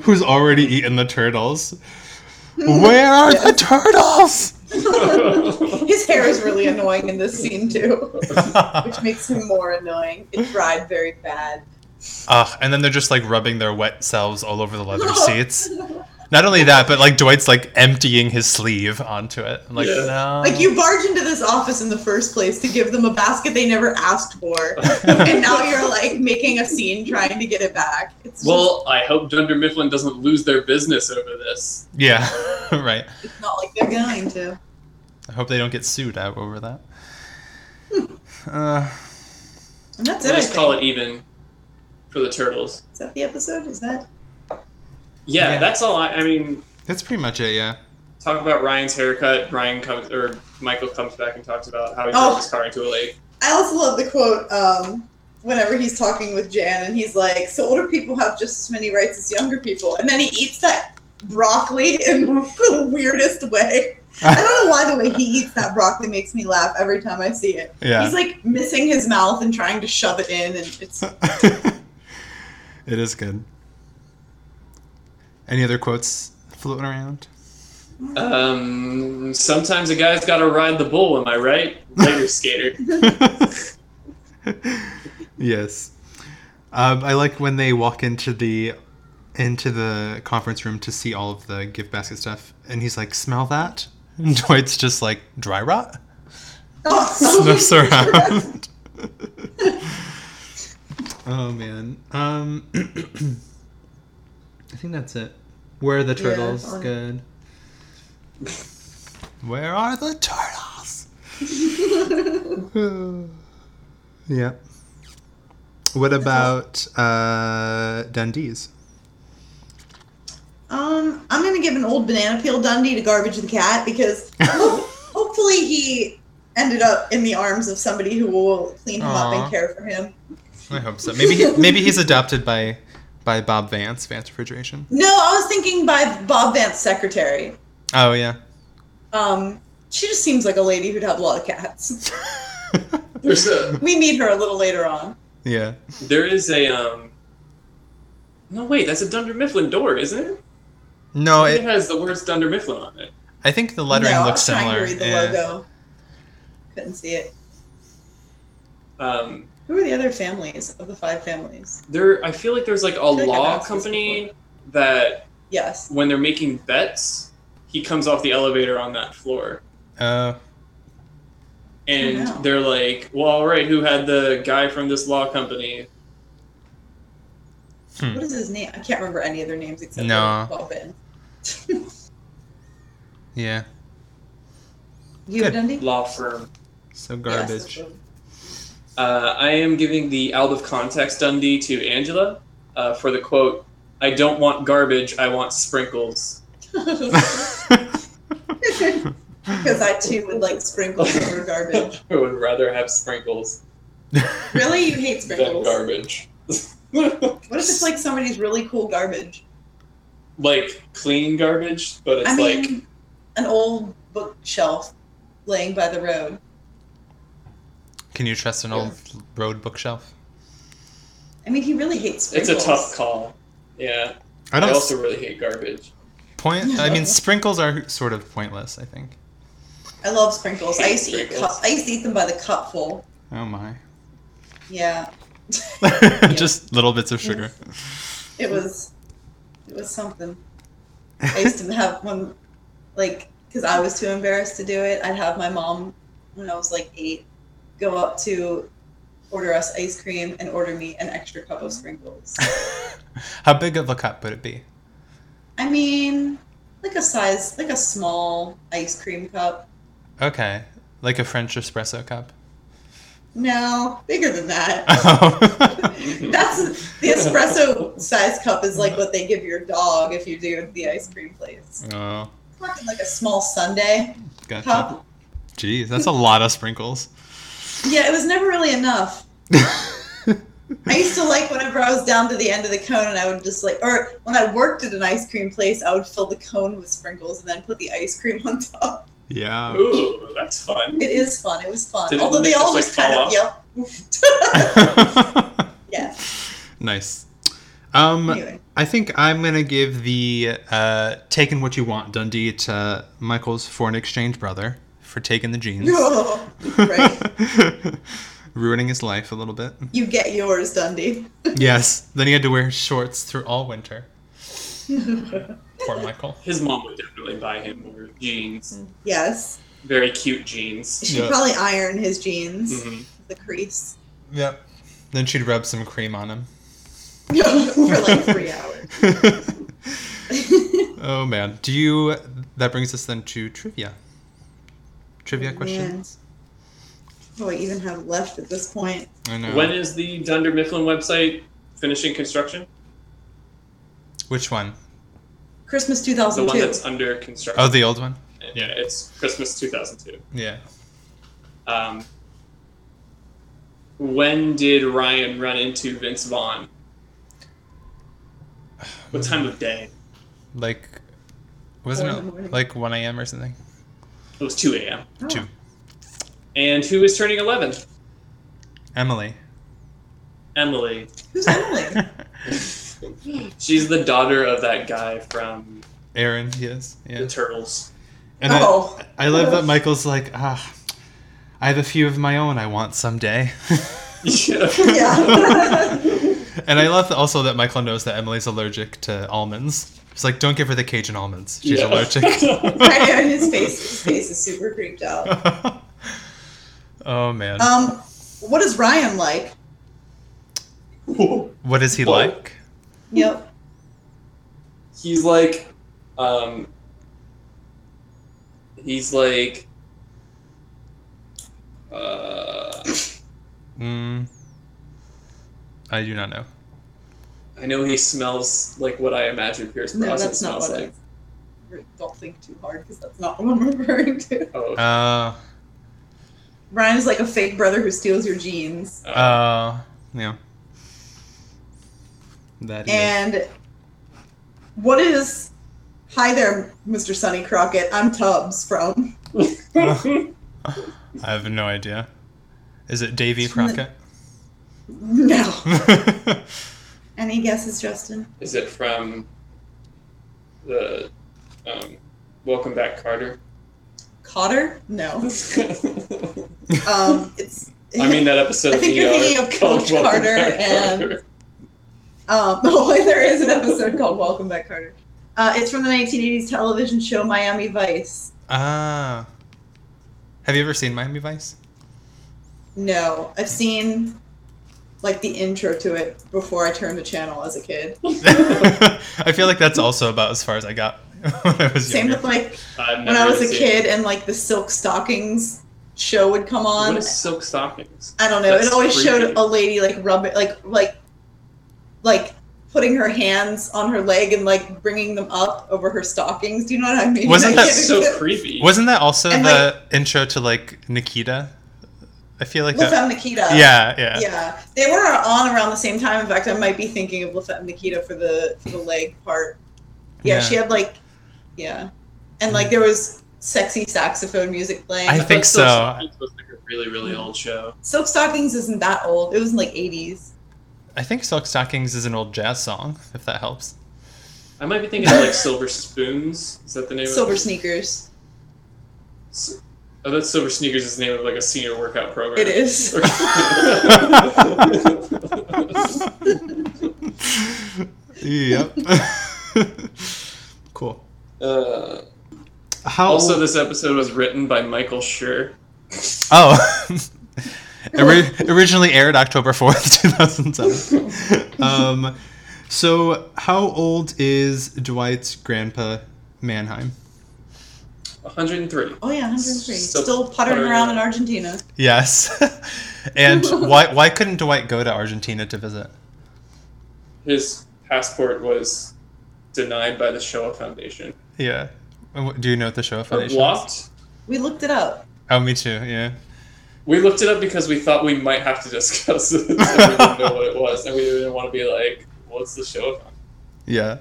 C: who's already eaten the turtles. Where are the turtles?
B: His hair is really annoying in this scene too. Which makes him more annoying. It dried very bad.
C: Ugh, and then they're just like rubbing their wet selves all over the leather seats. Not only that, but like Dwight's like emptying his sleeve onto it. I'm like,
A: Yeah.
C: no.
B: Like you barge into this office in the first place to give them a basket they never asked for, and now you're like making a scene trying to get it back. It's
A: well i hope dunder mifflin doesn't lose their business over this
C: Yeah, right.
B: just, it's not like they're going to.
C: I hope they don't get sued out over that.
B: Hmm.
C: Uh,
B: And that's it. I
A: let's
B: think.
A: call it even for the turtles
B: Is that the episode? Is that
A: yeah,
C: Yeah.
A: that's all. I, I mean,
C: That's pretty much it. Yeah.
A: talk about Ryan's haircut. Ryan comes or Michael comes back and talks about how he
B: Oh.
A: drove his car into a lake.
B: I also love the quote um, whenever he's talking with Jan and he's like, so older people have just as many rights as younger people. And then he eats that broccoli in the weirdest way. I don't know why the way he eats that broccoli makes me laugh every time I see it.
C: Yeah.
B: He's like missing his mouth and trying to shove it in, and it's
C: it is good. Any other quotes floating around?
A: Um, sometimes a guy's got to ride the bull. Am I right? Later, skater.
C: yes. Um, I like when they walk into the into the conference room to see all of the gift basket stuff, and he's like, "Smell that?" And Dwight's just like, "Dry rot."
B: oh,
C: Sniffs around. oh man. Um, I think that's it. Where are the turtles?
B: fine.
C: Good. Where are the turtles? yeah. What about uh, Dundee's?
B: Um, I'm gonna give an old banana peel Dundee to garbage the cat because ho- hopefully he ended up in the arms of somebody who will clean him up
C: Aw.
B: and care for him.
C: I hope so. Maybe he, maybe he's adopted by by Bob Vance, Vance Refrigeration.
B: No, I was thinking by Bob Vance's secretary.
C: Oh yeah.
B: Um, she just seems like a lady who'd have a lot of cats.
A: There's a
B: We meet her a little later on.
C: yeah.
A: there is a um. No wait, that's a Dunder Mifflin door, isn't it?
C: No,
A: It
C: Oh, it,
A: has the words Dunder Mifflin on it.
C: I think the lettering
B: no, I
C: looks
B: was trying
C: similar.
B: To read the
C: yeah.
B: logo. Couldn't see it.
A: Um,
B: Who are the other families of the five families?
A: there, I feel like there's like a
B: feel like I've
A: law
B: asked this
A: company that
B: Yes.
C: Hmm.
A: when they're making bets, he comes off the elevator on that floor.
C: Oh,
A: and
B: Oh, no.
A: they're like, "Well, all right, who had the guy from this law company?"
C: hmm.
B: What is his name? I can't remember any other names except
C: No.
B: for Bob Vance.
C: yeah.
B: You have
C: Good.
B: Dundee?
A: Law firm.
C: So
B: Yes,
C: garbage.
B: that's
A: Uh, I am giving the out of context Dundee to Angela uh, for the quote. I don't want garbage. I want sprinkles.
B: what- Because I too would like sprinkles over garbage.
A: I would rather have sprinkles
B: Really? You hate
A: than
B: sprinkles?
A: garbage.
B: What if it's like somebody's really cool garbage?
A: like clean garbage, but it's
B: I
A: like
B: mean, an old bookshelf laying by the road.
C: Can you trust an old road bookshelf?
B: I mean, he really hates
A: it's
B: sprinkles.
A: a tough call. Yeah,
C: I
A: I
C: don't
A: also really hate garbage.
C: point. I mean, sprinkles are sort of pointless. I think.
B: I love sprinkles. I used to eat
A: Sprinkles.
B: cup. I used to eat them by the cupful.
C: Oh my.
B: Yeah,
C: Just little bits of sugar.
B: it was, it was something. I used to have one, like, because I was too embarrassed to do it. I'd have my mom when I was like eight go up to order us ice cream and order me an extra cup of sprinkles.
C: How big of a cup would it be?
B: I mean, like a size, like a small ice cream cup.
C: Okay, like a French espresso cup.
B: No, bigger than that.
C: Oh.
B: That's the espresso size cup is like what they give your dog if you do the ice cream place.
C: oh,
B: Talking like a small sundae
C: gotcha.
B: cup.
C: Jeez, that's a lot of sprinkles.
B: Yeah, it was never really enough. I used to like whenever I was down to the end of the cone and I would just like, or when I worked at an ice cream place, I would fill the cone with sprinkles and then put the ice cream on top.
C: yeah.
A: Ooh, that's fun.
B: It is fun. It was fun.
A: Did it
B: Although they
A: make it,
B: all
A: like,
B: just kind
A: fall
B: of, yep. yeah.
C: nice. Um,
B: Anyway.
C: I think I'm gonna give the uh, "Taking What You Want" Dundee to Michael's foreign exchange brother for taking the jeans,
B: right.
C: ruining his life a little bit.
B: You get yours, Dundee.
C: Yes. Then he had to wear shorts through all winter. Poor Michael.
A: His mom would definitely buy him more jeans.
B: Yes.
A: Very cute jeans.
B: She
C: Yeah.
B: would probably iron his jeans,
A: Mhm.
C: Mm-hmm.
B: the crease,
C: Yep. Then she'd rub some cream on him.
B: for like three hours.
C: oh man. Do you? That brings us then to trivia. Trivia questions.
B: Oh, I even have left at this point.
C: I know.
A: When is the Dunder Mifflin website finishing construction?
C: Which one?
B: Christmas
A: the one
B: 2002.
A: that's under construction.
C: Oh, the old one. yeah.
A: It's Christmas 2002.
C: Yeah.
A: Um, when did Ryan run into Vince Vaughn? What time of day?
C: Like, wasn't
B: Four in the morning.
C: it like 1 a.m. or something?
A: It was 2 a.m.
B: Oh.
C: Two.
A: And who is turning 11?
C: Emily.
A: Emily.
B: Who's Emily?
A: She's the daughter of that guy from
C: Aaron, yes. Yeah.
A: the Turtles.
C: And
B: Oh.
C: I, I love that Michael's like, ah, I have a few of my own I want someday.
B: yeah.
C: and I love also that Michael knows that Emily's allergic to almonds. He's like, don't give her the Cajun almonds. She's
A: Yeah.
C: allergic.
B: I know his face. His face is super creeped out.
C: oh, man.
B: Um, what is Ryan like?
C: what is he
A: Whoa.
C: like?
B: Yep.
A: he's like um he's like uh
C: Mm, I do not know.
A: I know he smells like what I imagine Pierce
B: No,
A: Brosnan
B: that's not
A: smells
B: what
A: like.
B: I don't think too hard because that's not what I'm referring to.
A: Oh,
C: Uh,
B: Ryan is like a fake brother who steals your jeans,
A: uh,
C: uh, yeah. That he is.
B: and what is? Hi there, Mr. Sonny Crockett. I'm Tubbs from.
C: I have no idea. Is it Davy
B: It's from the-
C: Crockett?
B: No. Any guesses, Justin?
A: is it from the um Welcome Back Carter?
B: Cotter? No.
A: I
B: Um, it's.
A: mean that episode
B: I think
A: of
B: you're
A: ER
B: thinking of
A: called
B: Coach
A: Welcome
B: Carter
A: Back
B: and-
A: Carter.
B: Um, oh, there is an episode called Welcome Back, Carter. Uh, it's from the 1980s television show Miami Vice.
C: ah. Have you ever seen Miami Vice?
B: No, I've seen like the intro to it before I turned the channel as a kid.
C: I feel like that's also about as far as I got when I was
B: Same
C: younger.
B: with like
A: I've
B: when I
A: never
B: was a
A: seen
B: kid and like the silk stockings show would come
A: it.
B: on.
A: What is silk stockings?
B: I don't know.
A: That's
B: it always showed
A: creepy.
B: a lady like rubbing, like like like putting her hands on her leg and like bringing them up over her stockings. Do you know what I mean?
C: Wasn't
B: Like,
C: that
A: That's so creepy.
C: Wasn't that also
B: And,
C: the intro to like Nikita? I feel like
B: La
C: that.
B: Femme Nikita.
C: Yeah, yeah,
B: Yeah, they were on around the same time. In fact, I might be thinking of La Femme Nikita for the for the leg part. Yeah,
C: Yeah.
B: she had like, yeah, and like there was sexy saxophone music playing.
C: I
A: thought
C: think
A: Silk
C: so.
A: Stockings was like a really, really old show.
B: Silk Stockings isn't that old. It was in like eighties.
C: I think Silk Stockings is an old jazz song, if that helps.
A: I might be thinking of like Silver Spoons. Is that the name
B: Silver
A: of
B: sneakers.
A: S- Oh, that's Silver Sneakers is the name of like a senior workout program.
B: It is.
C: yep. cool.
A: uh,
C: How
A: also, this episode was written by Michael Schur.
C: Oh. Ori- originally aired October 4th, 2007. um, so, how old is Dwight's grandpa, Mannheim?
A: 103.
B: Oh yeah, 103.
A: Still
B: Still puttering
A: puttering
B: around in
A: around.
B: Argentina.
C: Yes. and why, why couldn't Dwight go to Argentina to visit?
A: His passport was denied by the Shoah Foundation.
C: Yeah. Uh, wh- Do you know what the show
A: Or
C: foundation is?
A: blocked.
B: We looked it up.
C: Oh, me too, yeah.
A: We looked it up because we thought we might have to discuss it. and we didn't know what it was, and we didn't want to be like, "What's the Shoah?" Foundation?"
C: Yeah.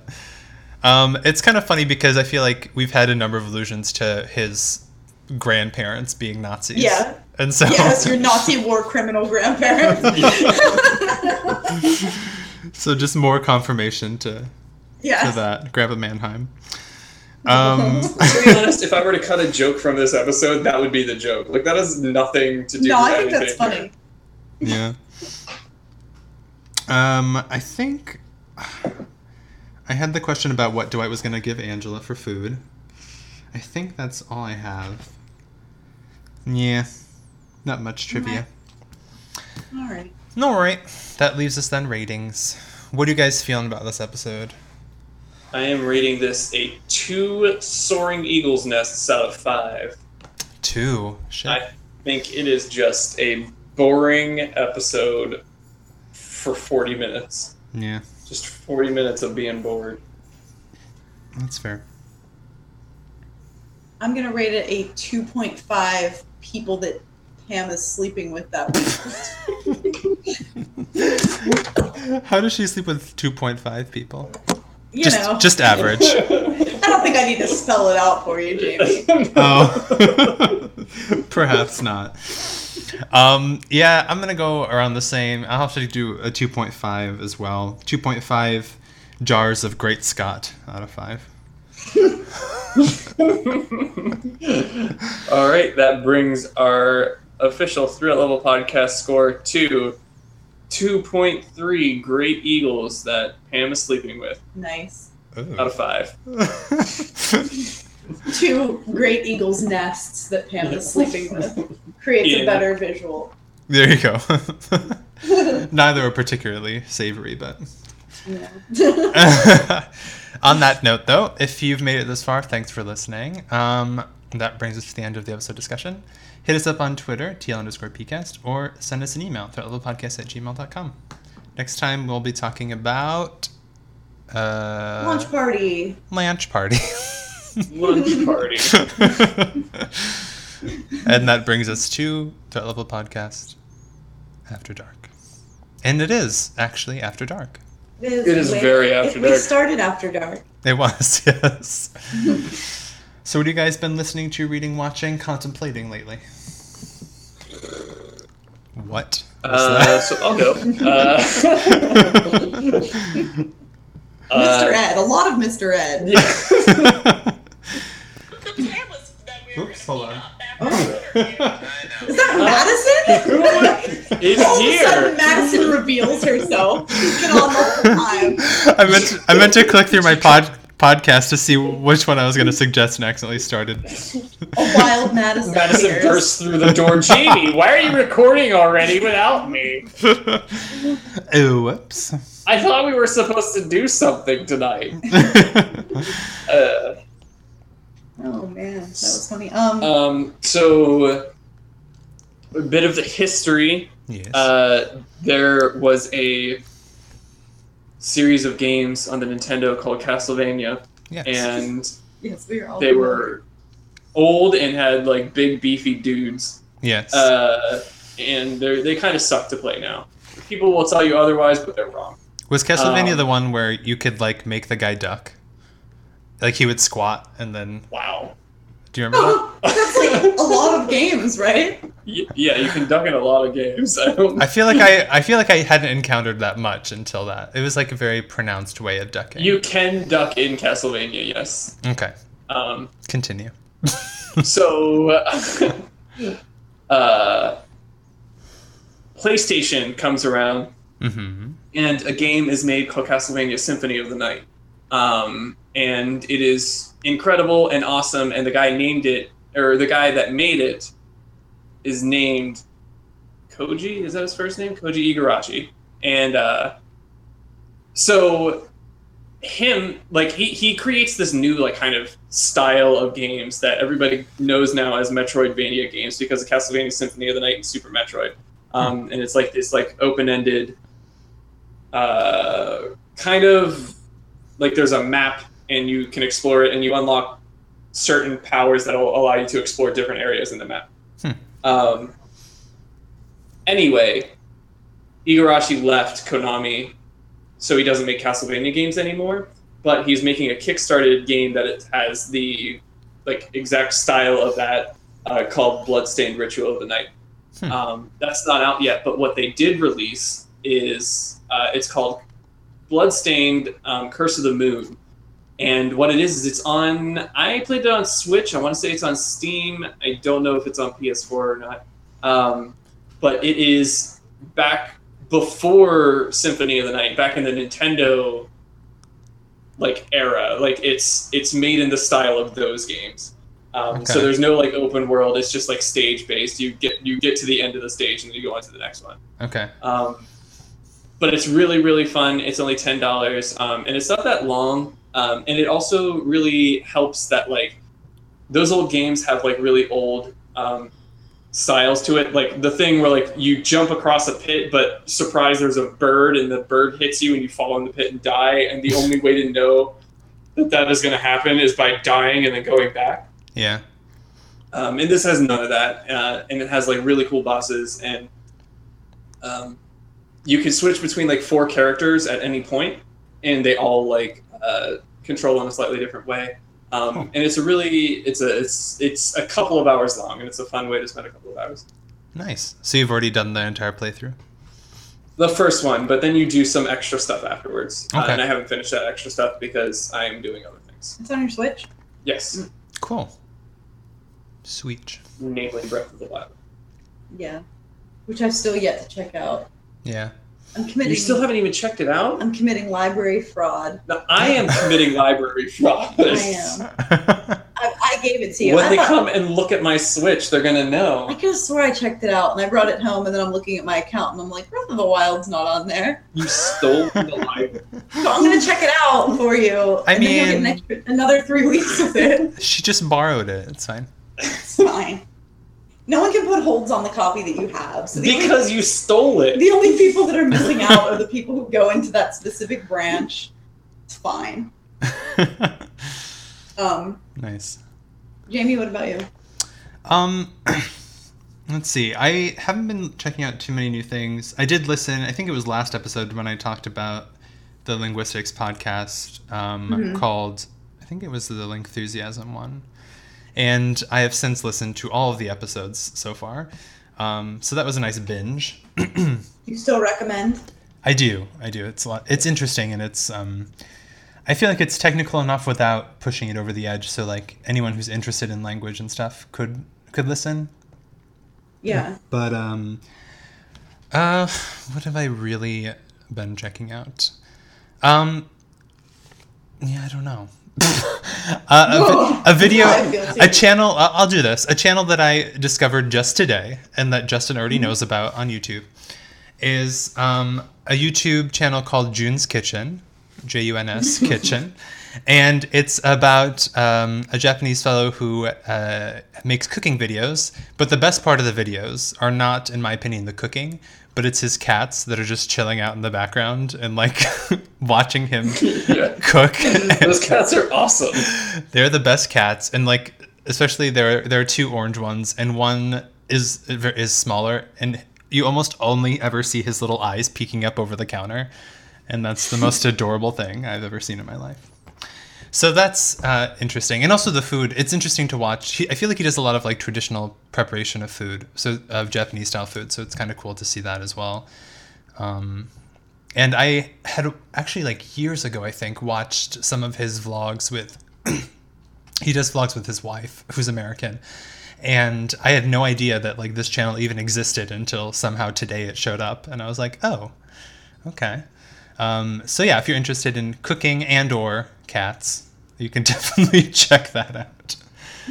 C: Um, it's kind of funny because I feel like we've had a number of allusions to his grandparents being Nazis.
B: Yeah.
C: And so.
B: Yes, your Nazi war criminal grandparents.
C: so just more confirmation to, to
B: yes.
C: that. Grandpa Mannheim. Um,
A: to be honest, if I were to cut a joke from this episode, that would be the joke. Like that has nothing to do.
B: No,
A: with
B: I think that's
A: anything.
B: funny.
C: yeah. Um, I think I had the question about what Dwight was going to give Angela for food. I think that's all I have. Yeah, not much trivia.
B: Alright. All right.
C: All right, that leaves us then ratings. What are you guys feeling about this episode?
A: I am rating this a two soaring eagles nests out of five.
C: Two. Shit.
A: I think it is just a boring episode for 40 minutes.
C: yeah.
A: Just 40 minutes of being bored.
C: That's fair.
B: I'm gonna rate it a 2.5 people that Pam is sleeping with that week.
C: How does she sleep with 2.5 people?
B: you
C: just,
B: know,
C: just average.
B: I don't think I need to spell it out for you, Jamie.
C: oh, perhaps not. Um, yeah, I'm gonna go around the same. I'll have to do a 2.5 as well. 2.5 jars of Great Scott out of five.
A: All right, that brings our official thrill level podcast score to 2.3 Great Eagles that Pam is sleeping with
B: Nice.
A: out of five.
B: Two great eagles' nests that Pam is sleeping with creates
A: Yeah.
B: a better visual.
C: there you go. Neither are particularly savory, but.
B: Yeah.
C: On that note, though, if you've made it this far, thanks for listening. Um, that brings us to the end of the episode discussion. Hit us up on Twitter, TL underscore PCast, or send us an email, threatlevelpodcast at gmail.com. Next time, we'll be talking about uh,
B: Launch party.
C: lunch party.
A: Lunch party.
C: and that brings us to Threat Level Podcast After Dark. And it is actually after dark.
A: It is
B: way-
A: very after
B: We
A: dark.
B: started after dark.
C: It was, yes. so, what have you guys been listening to, reading, watching, contemplating lately? What? was
A: Uh, so I'll go. Uh, uh,
B: Mr. Ed.
C: that?
B: A lot of Mr. Ed.
A: yeah.
C: Oops, hold on.
B: Is that Madison?
A: It's
B: All of a sudden,
A: here.
B: Madison reveals herself. She's been on the whole time.
C: I meant to, I meant to click through my pod podcast to see which one I was going to suggest and accidentally started.
B: A wild Madison.
A: Madison
B: appears.
A: bursts through the door. Jamie, why are you recording already without me?
C: Oops.
A: I thought we were supposed to do something tonight. Uh,
B: Oh man, that was funny. Um,
A: um, so, a bit of the history.
C: yes.
A: Uh, there was a series of games on the Nintendo called Castlevania,
C: yes.
A: and
B: yes, we were all.
A: they were old and had like big beefy dudes
C: yes.
A: uh, and they they kind of suck to play now. People will tell you otherwise, but they're wrong.
C: Was Castlevania
A: Um,
C: the one where you could like make the guy duck? Like he would squat and then
A: Wow.
C: do you remember that?
B: Oh, that's like a lot of games, right?
A: Y- yeah, you can duck in a lot of games. I don't.
C: I feel like I I feel like I hadn't encountered that much until that. It was like a very pronounced way of ducking.
A: You can duck in Castlevania, yes.
C: Okay.
A: Um,
C: Continue.
A: so, uh, PlayStation comes around
C: Mm-hmm.
A: and a game is made called Castlevania Symphony of the Night. Um, and it is incredible and awesome. And the guy named it, or the guy that made it, is named Koji. Is that his first name? Koji Igarashi. And uh, so him like he, he creates this new like kind of style of games that everybody knows now as metroidvania games because of castlevania symphony of the night and super metroid um, and it's like this like open-ended uh, kind of like there's a map and you can explore it and you unlock certain powers that will allow you to explore different areas in the map.
C: Hmm.
A: Um, anyway, Igarashi left Konami, so he doesn't make Castlevania games anymore. But he's making a kickstarted game that it has the like exact style of that uh, called Bloodstained Ritual of the Night.
C: Hmm.
A: Um, that's not out yet, but what they did release is uh, it's called Bloodstained um, Curse of the Moon. And what it is is it's on. I played it on Switch. I want to say it's on Steam. I don't know if it's on PS4 or not. Um, but it is back before Symphony of the Night, back in the Nintendo like era. Like it's it's made in the style of those games. Um, So
C: Okay.
A: there's no like open world. It's just like stage based. You get you get to the end of the stage and then you go on to the next one.
C: Okay.
A: Um, but it's really, really fun. It's only ten dollars, um, and it's not that long. Um, and it also really helps that like those old games have like really old um, styles to it. Like the thing where like you jump across a pit, but surprise, there's a bird, and the bird hits you, and you fall in the pit and die. And the only way to know that that is going to happen is by dying and then going back.
C: Yeah.
A: Um, and this has none of that, uh, and it has like really cool bosses, and um, you can switch between like four characters at any point, and they all like uh, control in a slightly different way. Um,
C: Huh.
A: And it's a really it's a it's it's a couple of hours long, and it's a fun way to spend a couple of hours.
C: Nice. So you've already done the entire playthrough.
A: The first one, but then you do some extra stuff afterwards, uh,
C: Okay.
A: and I haven't finished that extra stuff because I am doing other things.
B: It's on your Switch.
A: Yes,
C: Cool. Sweet.
A: namely Breath of the Wild.
B: Yeah, which I've still yet to check out.
C: Yeah.
B: I'm committing.
A: You still haven't even checked it out.
B: I'm committing library fraud.
A: Now, I am committing library fraud.
B: I am. I, I gave it to you.
A: when
B: I
A: they
B: thought-
A: come and look at my Switch, they're gonna
B: I
A: know.
B: could have swore I checked it out, and I brought it home, and then I'm looking at my account, and I'm like, Breath of the Wild's not on there.
A: You stole the library.
B: So I'm gonna check it out for you.
C: I
B: and then you'll
C: mean-
B: get an extra, another three weeks of it.
C: she just borrowed it. It's fine.
B: It's fine. No one can put holds on the copy that you have. So the,
A: Because you stole
B: only,
A: it.
B: the only people that are missing out are the people who go into that specific branch. It's fine. Um,
C: nice.
B: Jamie, what about you?
C: Um, let's see. I haven't been checking out too many new things. I did listen. I think it was last episode when I talked about the linguistics podcast um,
B: Mhm.
C: called. I think it was the Lingthusiasm one, and I have since listened to all of the episodes so far. Um, so that was a nice binge.
B: You still recommend?
C: I do. I do. It's a lot. It's interesting, and it's. Um, I feel like it's technical enough without pushing it over the edge. So like anyone who's interested in language and stuff could could listen.
B: Yeah.
C: But um, uh, what have I really been checking out? Um, yeah, I don't know. uh, a, vi- a video,
B: I feel too.
C: a channel. I- I'll do this. A channel that I discovered just today, and that Justin already knows about on YouTube, is um, a YouTube channel called June's Kitchen, J U N S Kitchen, and it's about um, a Japanese fellow who uh, makes cooking videos. But the best part of the videos are not, in my opinion, the cooking, but it's his cats that are just chilling out in the background and like watching him
A: Yeah.
C: cook.
A: Those cats are awesome.
C: They're the best cats, and like especially there there are two orange ones, and one is is smaller, and you almost only ever see his little eyes peeking up over the counter, and that's the most adorable thing I've ever seen in my life. So that's uh, interesting, and also the food. It's interesting to watch. He, I feel like he does a lot of like traditional preparation of food, so of Japanese style food. So it's kind of cool to see that as well. Um, and I had actually like years ago, I think, watched some of his vlogs with he does vlogs with his wife who's american and i had no idea that like this channel even existed until somehow today it showed up and i was like oh okay um, so yeah if you're interested in cooking and or cats you can definitely check that out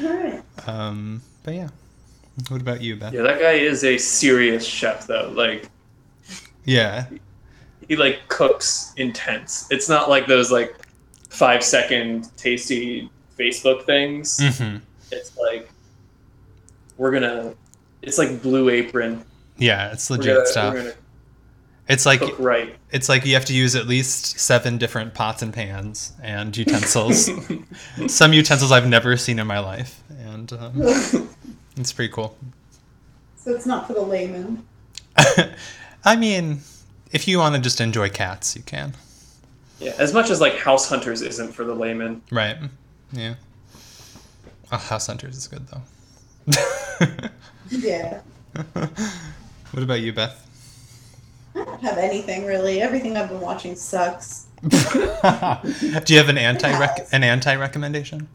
B: All right.
C: um, but yeah what about you beth
A: Yeah, that guy is a serious chef though. Like
C: yeah
A: he like cooks intense. It's not like those like five second tasty Facebook things.
C: hmm
A: It's like we're gonna. It's like Blue Apron.
C: yeah it's
A: We're
C: legit
A: gonna,
C: stuff
A: we're gonna
C: it's like
A: cook right.
C: it's like you have to use at least seven different pots and pans and utensils some utensils i've never seen in my life and um, It's pretty cool.
B: So it's not for the layman.
C: I mean, if you want to just enjoy cats, you can.
A: yeah, as much as like House Hunters isn't for the layman.
C: Right. Yeah. Oh, House Hunters is good, though.
B: Yeah.
C: what about you, Beth?
B: I don't have anything really. Everything I've been watching sucks.
C: Do you have an anti rec- an anti recommendation?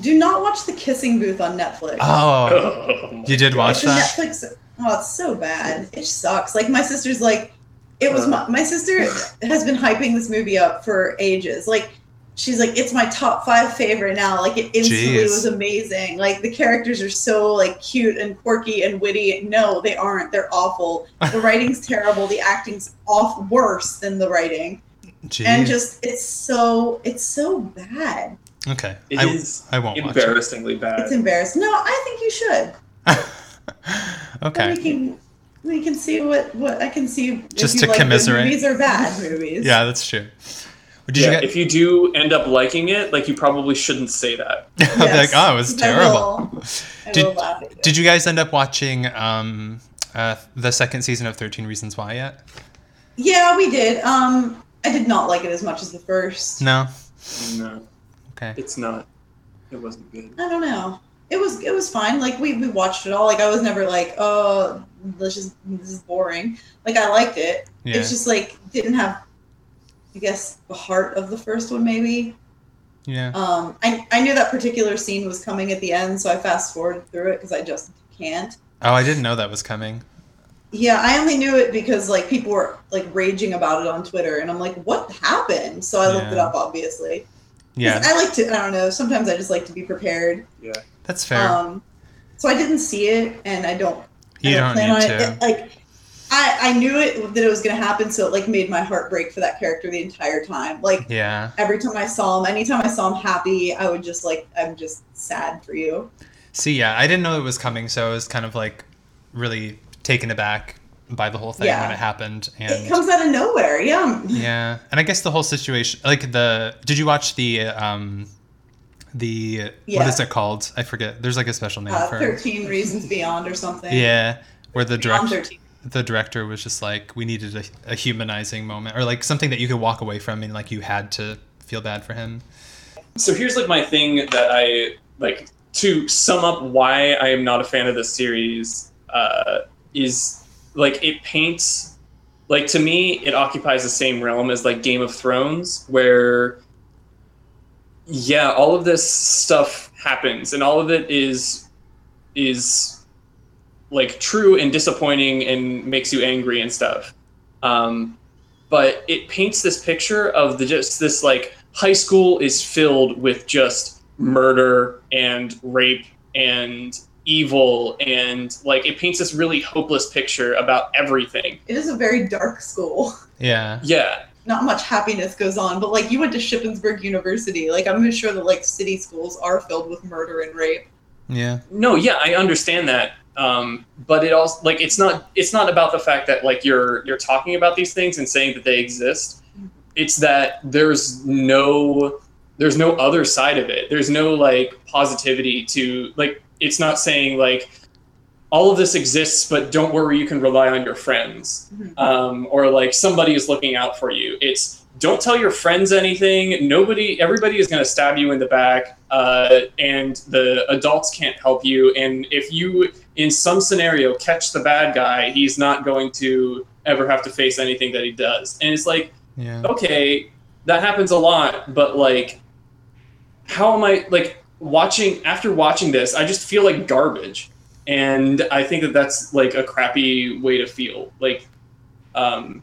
B: Do not watch The Kissing Booth on Netflix.
C: Oh, you did
B: it's
C: watch
B: a
C: that?
B: Netflix. Oh, it's so bad. It sucks. Like my sister's like, it was my my sister has been hyping this movie up for ages. Like she's like, it's my top five favorite now. Like it instantly
C: Jeez.
B: was amazing. Like the characters are so like cute and quirky and witty. No, they aren't. They're awful. The writing's terrible. The acting's off worse than the writing. and
C: Jeez.
B: just it's so it's so bad.
C: okay.
A: It
C: I,
A: is
C: I won't watch it.
A: embarrassingly bad.
B: It's
C: Uh,
B: embarrassing. No, I think you should. Then we
C: okay.
B: can we can see what what I can see. if
C: Just
B: you
C: to
B: like good
C: commiserate.
B: movies or bad movies.
C: Yeah, that's true. Did
A: Yeah,
C: you get?
A: if you do end up liking it, like you probably shouldn't say that.
C: I'll be
B: Yes.
C: like, oh, it was
B: I
C: terrible.
B: will. I
C: Did-
B: will laugh at you.
C: Did you guys end up watching um, uh, the second season of Thirteen Reasons Why yet?
B: Yeah, we did. Um, I did not like it as much as the first.
C: No.
A: No,
C: Okay.
A: it's not. It wasn't good.
B: I don't know. It was it was fine. Like we, we watched it all. Like I was never like, oh, this is this is boring. Like I liked it.
C: Yeah.
B: It's just like didn't have, I guess, the heart of the first one. Maybe.
C: yeah.
B: Um, I I knew that particular scene was coming at the end, so I fast forwarded through it because I just can't.
C: Oh, I didn't know that was coming.
B: Yeah, I only knew it because like people were like raging about it on Twitter, and I'm like, what happened? So I looked it
C: Yeah.
B: up, obviously. 'Cause
C: Yeah,
B: I like to. I don't know. Sometimes I just like to be prepared.
A: Yeah.
C: that's fair.
B: Um, so I didn't see it, and I don't.
C: you
B: I
C: don't
B: plan on
C: need
B: it.
C: to.
B: It- Like, I I knew it that it was gonna happen, so it like made my heart break for that character the entire time. Like
C: Yeah.
B: every time I saw him, anytime I saw him happy, I would just like I'm just sad for you.
C: See, yeah, I didn't know it was coming, so I was kind of like really taken aback by the whole thing when
B: Yeah.
C: it happened.
B: it
C: And
B: comes out of nowhere. Yeah.
C: yeah, and I guess the whole situation, like the, did you watch the, um, the what
B: Yeah.
C: is it called? I forget. There's like a special name
B: Uh,
C: for it.
B: Thirteen Reasons Beyond or something.
C: Yeah, where the
B: Beyond
C: director,
B: 13.
C: the director was just like, we needed a, a humanizing moment, or like something that you could walk away from and like you had to feel bad for him.
A: So here's like my thing that I like to sum up why I am not a fan of this series uh, is like it paints like to me it occupies the same realm as like Game of Thrones where yeah all of this stuff happens and all of it is is like true and disappointing and makes you angry and stuff um, but it paints this picture of the just this like high school is filled with just murder and rape and evil and like it paints this really hopeless picture about everything.
B: It is a very dark school.
C: Yeah.
A: Yeah.
B: not much happiness goes on, but like you went to Shippensburg University. Like I'm sure that like city schools are filled with murder and rape.
C: Yeah.
A: No, yeah, I understand that. Um, but it also like it's not it's not about the fact that like you're you're talking about these things and saying that they exist. It's that there's no there's no other side of it. There's no like positivity to like it's not saying like all of this exists, but don't worry, you can rely on your friends.
B: Mhm.
A: Um, or like somebody is looking out for you. It's don't tell your friends anything. Nobody, everybody is going to stab you in the back, uh, and the adults can't help you. And if you, in some scenario, catch the bad guy, he's not going to ever have to face anything that he does. And it's like,
C: Yeah.
A: okay, that happens a lot, but like, how am I like watching after watching this? I just feel like garbage, and I think that that's like a crappy way to feel. Like, um,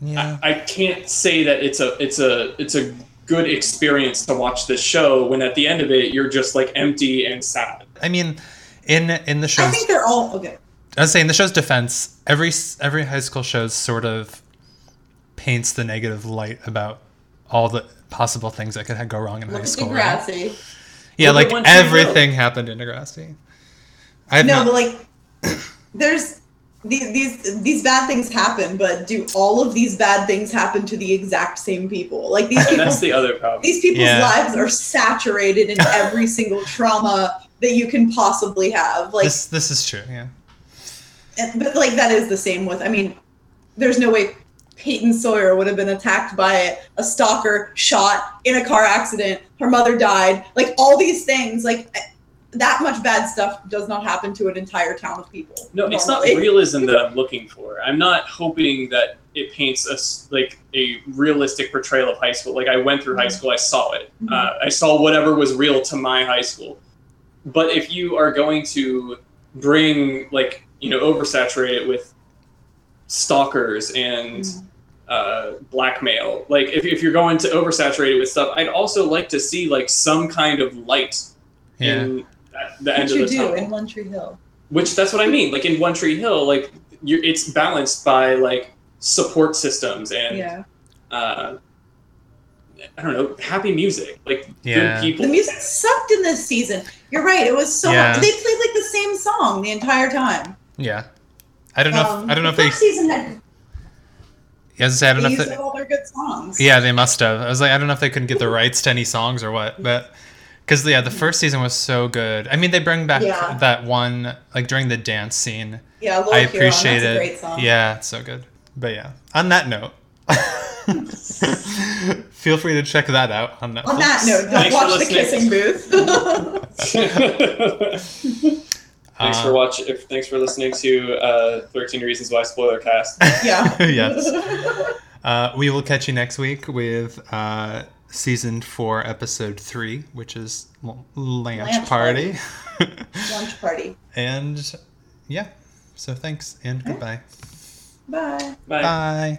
C: Yeah.
A: I, I can't say that it's a it's a it's a good experience to watch this show when at the end of it you're just like empty and sad.
C: I mean, in in the
B: I
C: show's,
B: think they're all okay.
C: I was saying the show's defense. Every s- every high school show sort of paints the negative light about all the possible things that could ha- go wrong in
B: Look
C: high
B: at
C: school. right?
B: Degrassi.
C: Yeah,
A: Look
C: like
A: at One Tree Hill.
C: everything happened in Degrassi. I have
B: No,
C: no,
B: but like there's these these these bad things happen, but do all of these bad things happen to the exact same people? Like these
A: And
B: people
A: that's the other problem.
B: these people's
C: Yeah.
B: lives are saturated in every single trauma that you can possibly have. Like
C: this this is true. Yeah,
B: And- but like that is the same with i mean there's no way peyton sawyer would have been attacked by a stalker shot in a car accident her mother died like all these things like eh, that much bad stuff does not happen to an entire town of people
A: No, it's not
B: normally.
A: realism that I'm looking for. I'm not hoping that it paints us like a realistic portrayal of high school. Like I went through high school, I saw it.
B: Mm-hmm.
A: Uh, I saw whatever was real to my high school. But if you are going to bring like you know oversaturate it with stalkers and
B: Mhm.
A: uh, blackmail, like if, if you're going to oversaturate it with stuff, I'd also like to see like some kind of light
C: yeah,
A: in that, the end
B: Which
A: of
B: you
A: the
B: do
A: tunnel
B: in One Tree Hill.
A: which that's what I mean. Like in One Tree Hill, like you're, it's balanced by like support systems and
B: Yeah.
A: uh, I don't know, happy music, like good
C: Yeah.
A: people.
B: The music sucked in this season. You're right. It was so
C: Yeah.
B: they played like the same song the entire time.
C: yeah. I don't know.
B: Um,
C: if, I don't know if
B: the
C: they.
B: first season had
C: As I said, I
B: They
C: don't know if
B: used
C: they-
B: up all their good songs.
C: Yeah, they must have. I was like, I don't know if they couldn't get the rights to any songs or what, but because yeah, the first season was so good. I mean, they bring back
B: Yeah.
C: that one like during the dance scene.
B: yeah. Lord
C: I
B: Huron,
C: appreciate
B: that's
C: it.
B: A great song.
C: Yeah, it's so good. But yeah, on that note, feel free to check that out on Netflix.
B: On that note, don't
A: Thanks for
B: watch the
A: listening.
B: kissing booth.
A: thanks for
C: Uh,
A: watch. if- Thanks for listening to uh, Thirteen Reasons Why Spoiler Cast.
B: yeah.
C: Yes. Uh, we will catch you next week with uh, season four, episode three, which is L- Lanch,
B: Lanch
C: Party.
B: Lunch party.
C: and yeah, so thanks and goodbye.
B: Bye.
A: Bye.
C: Bye.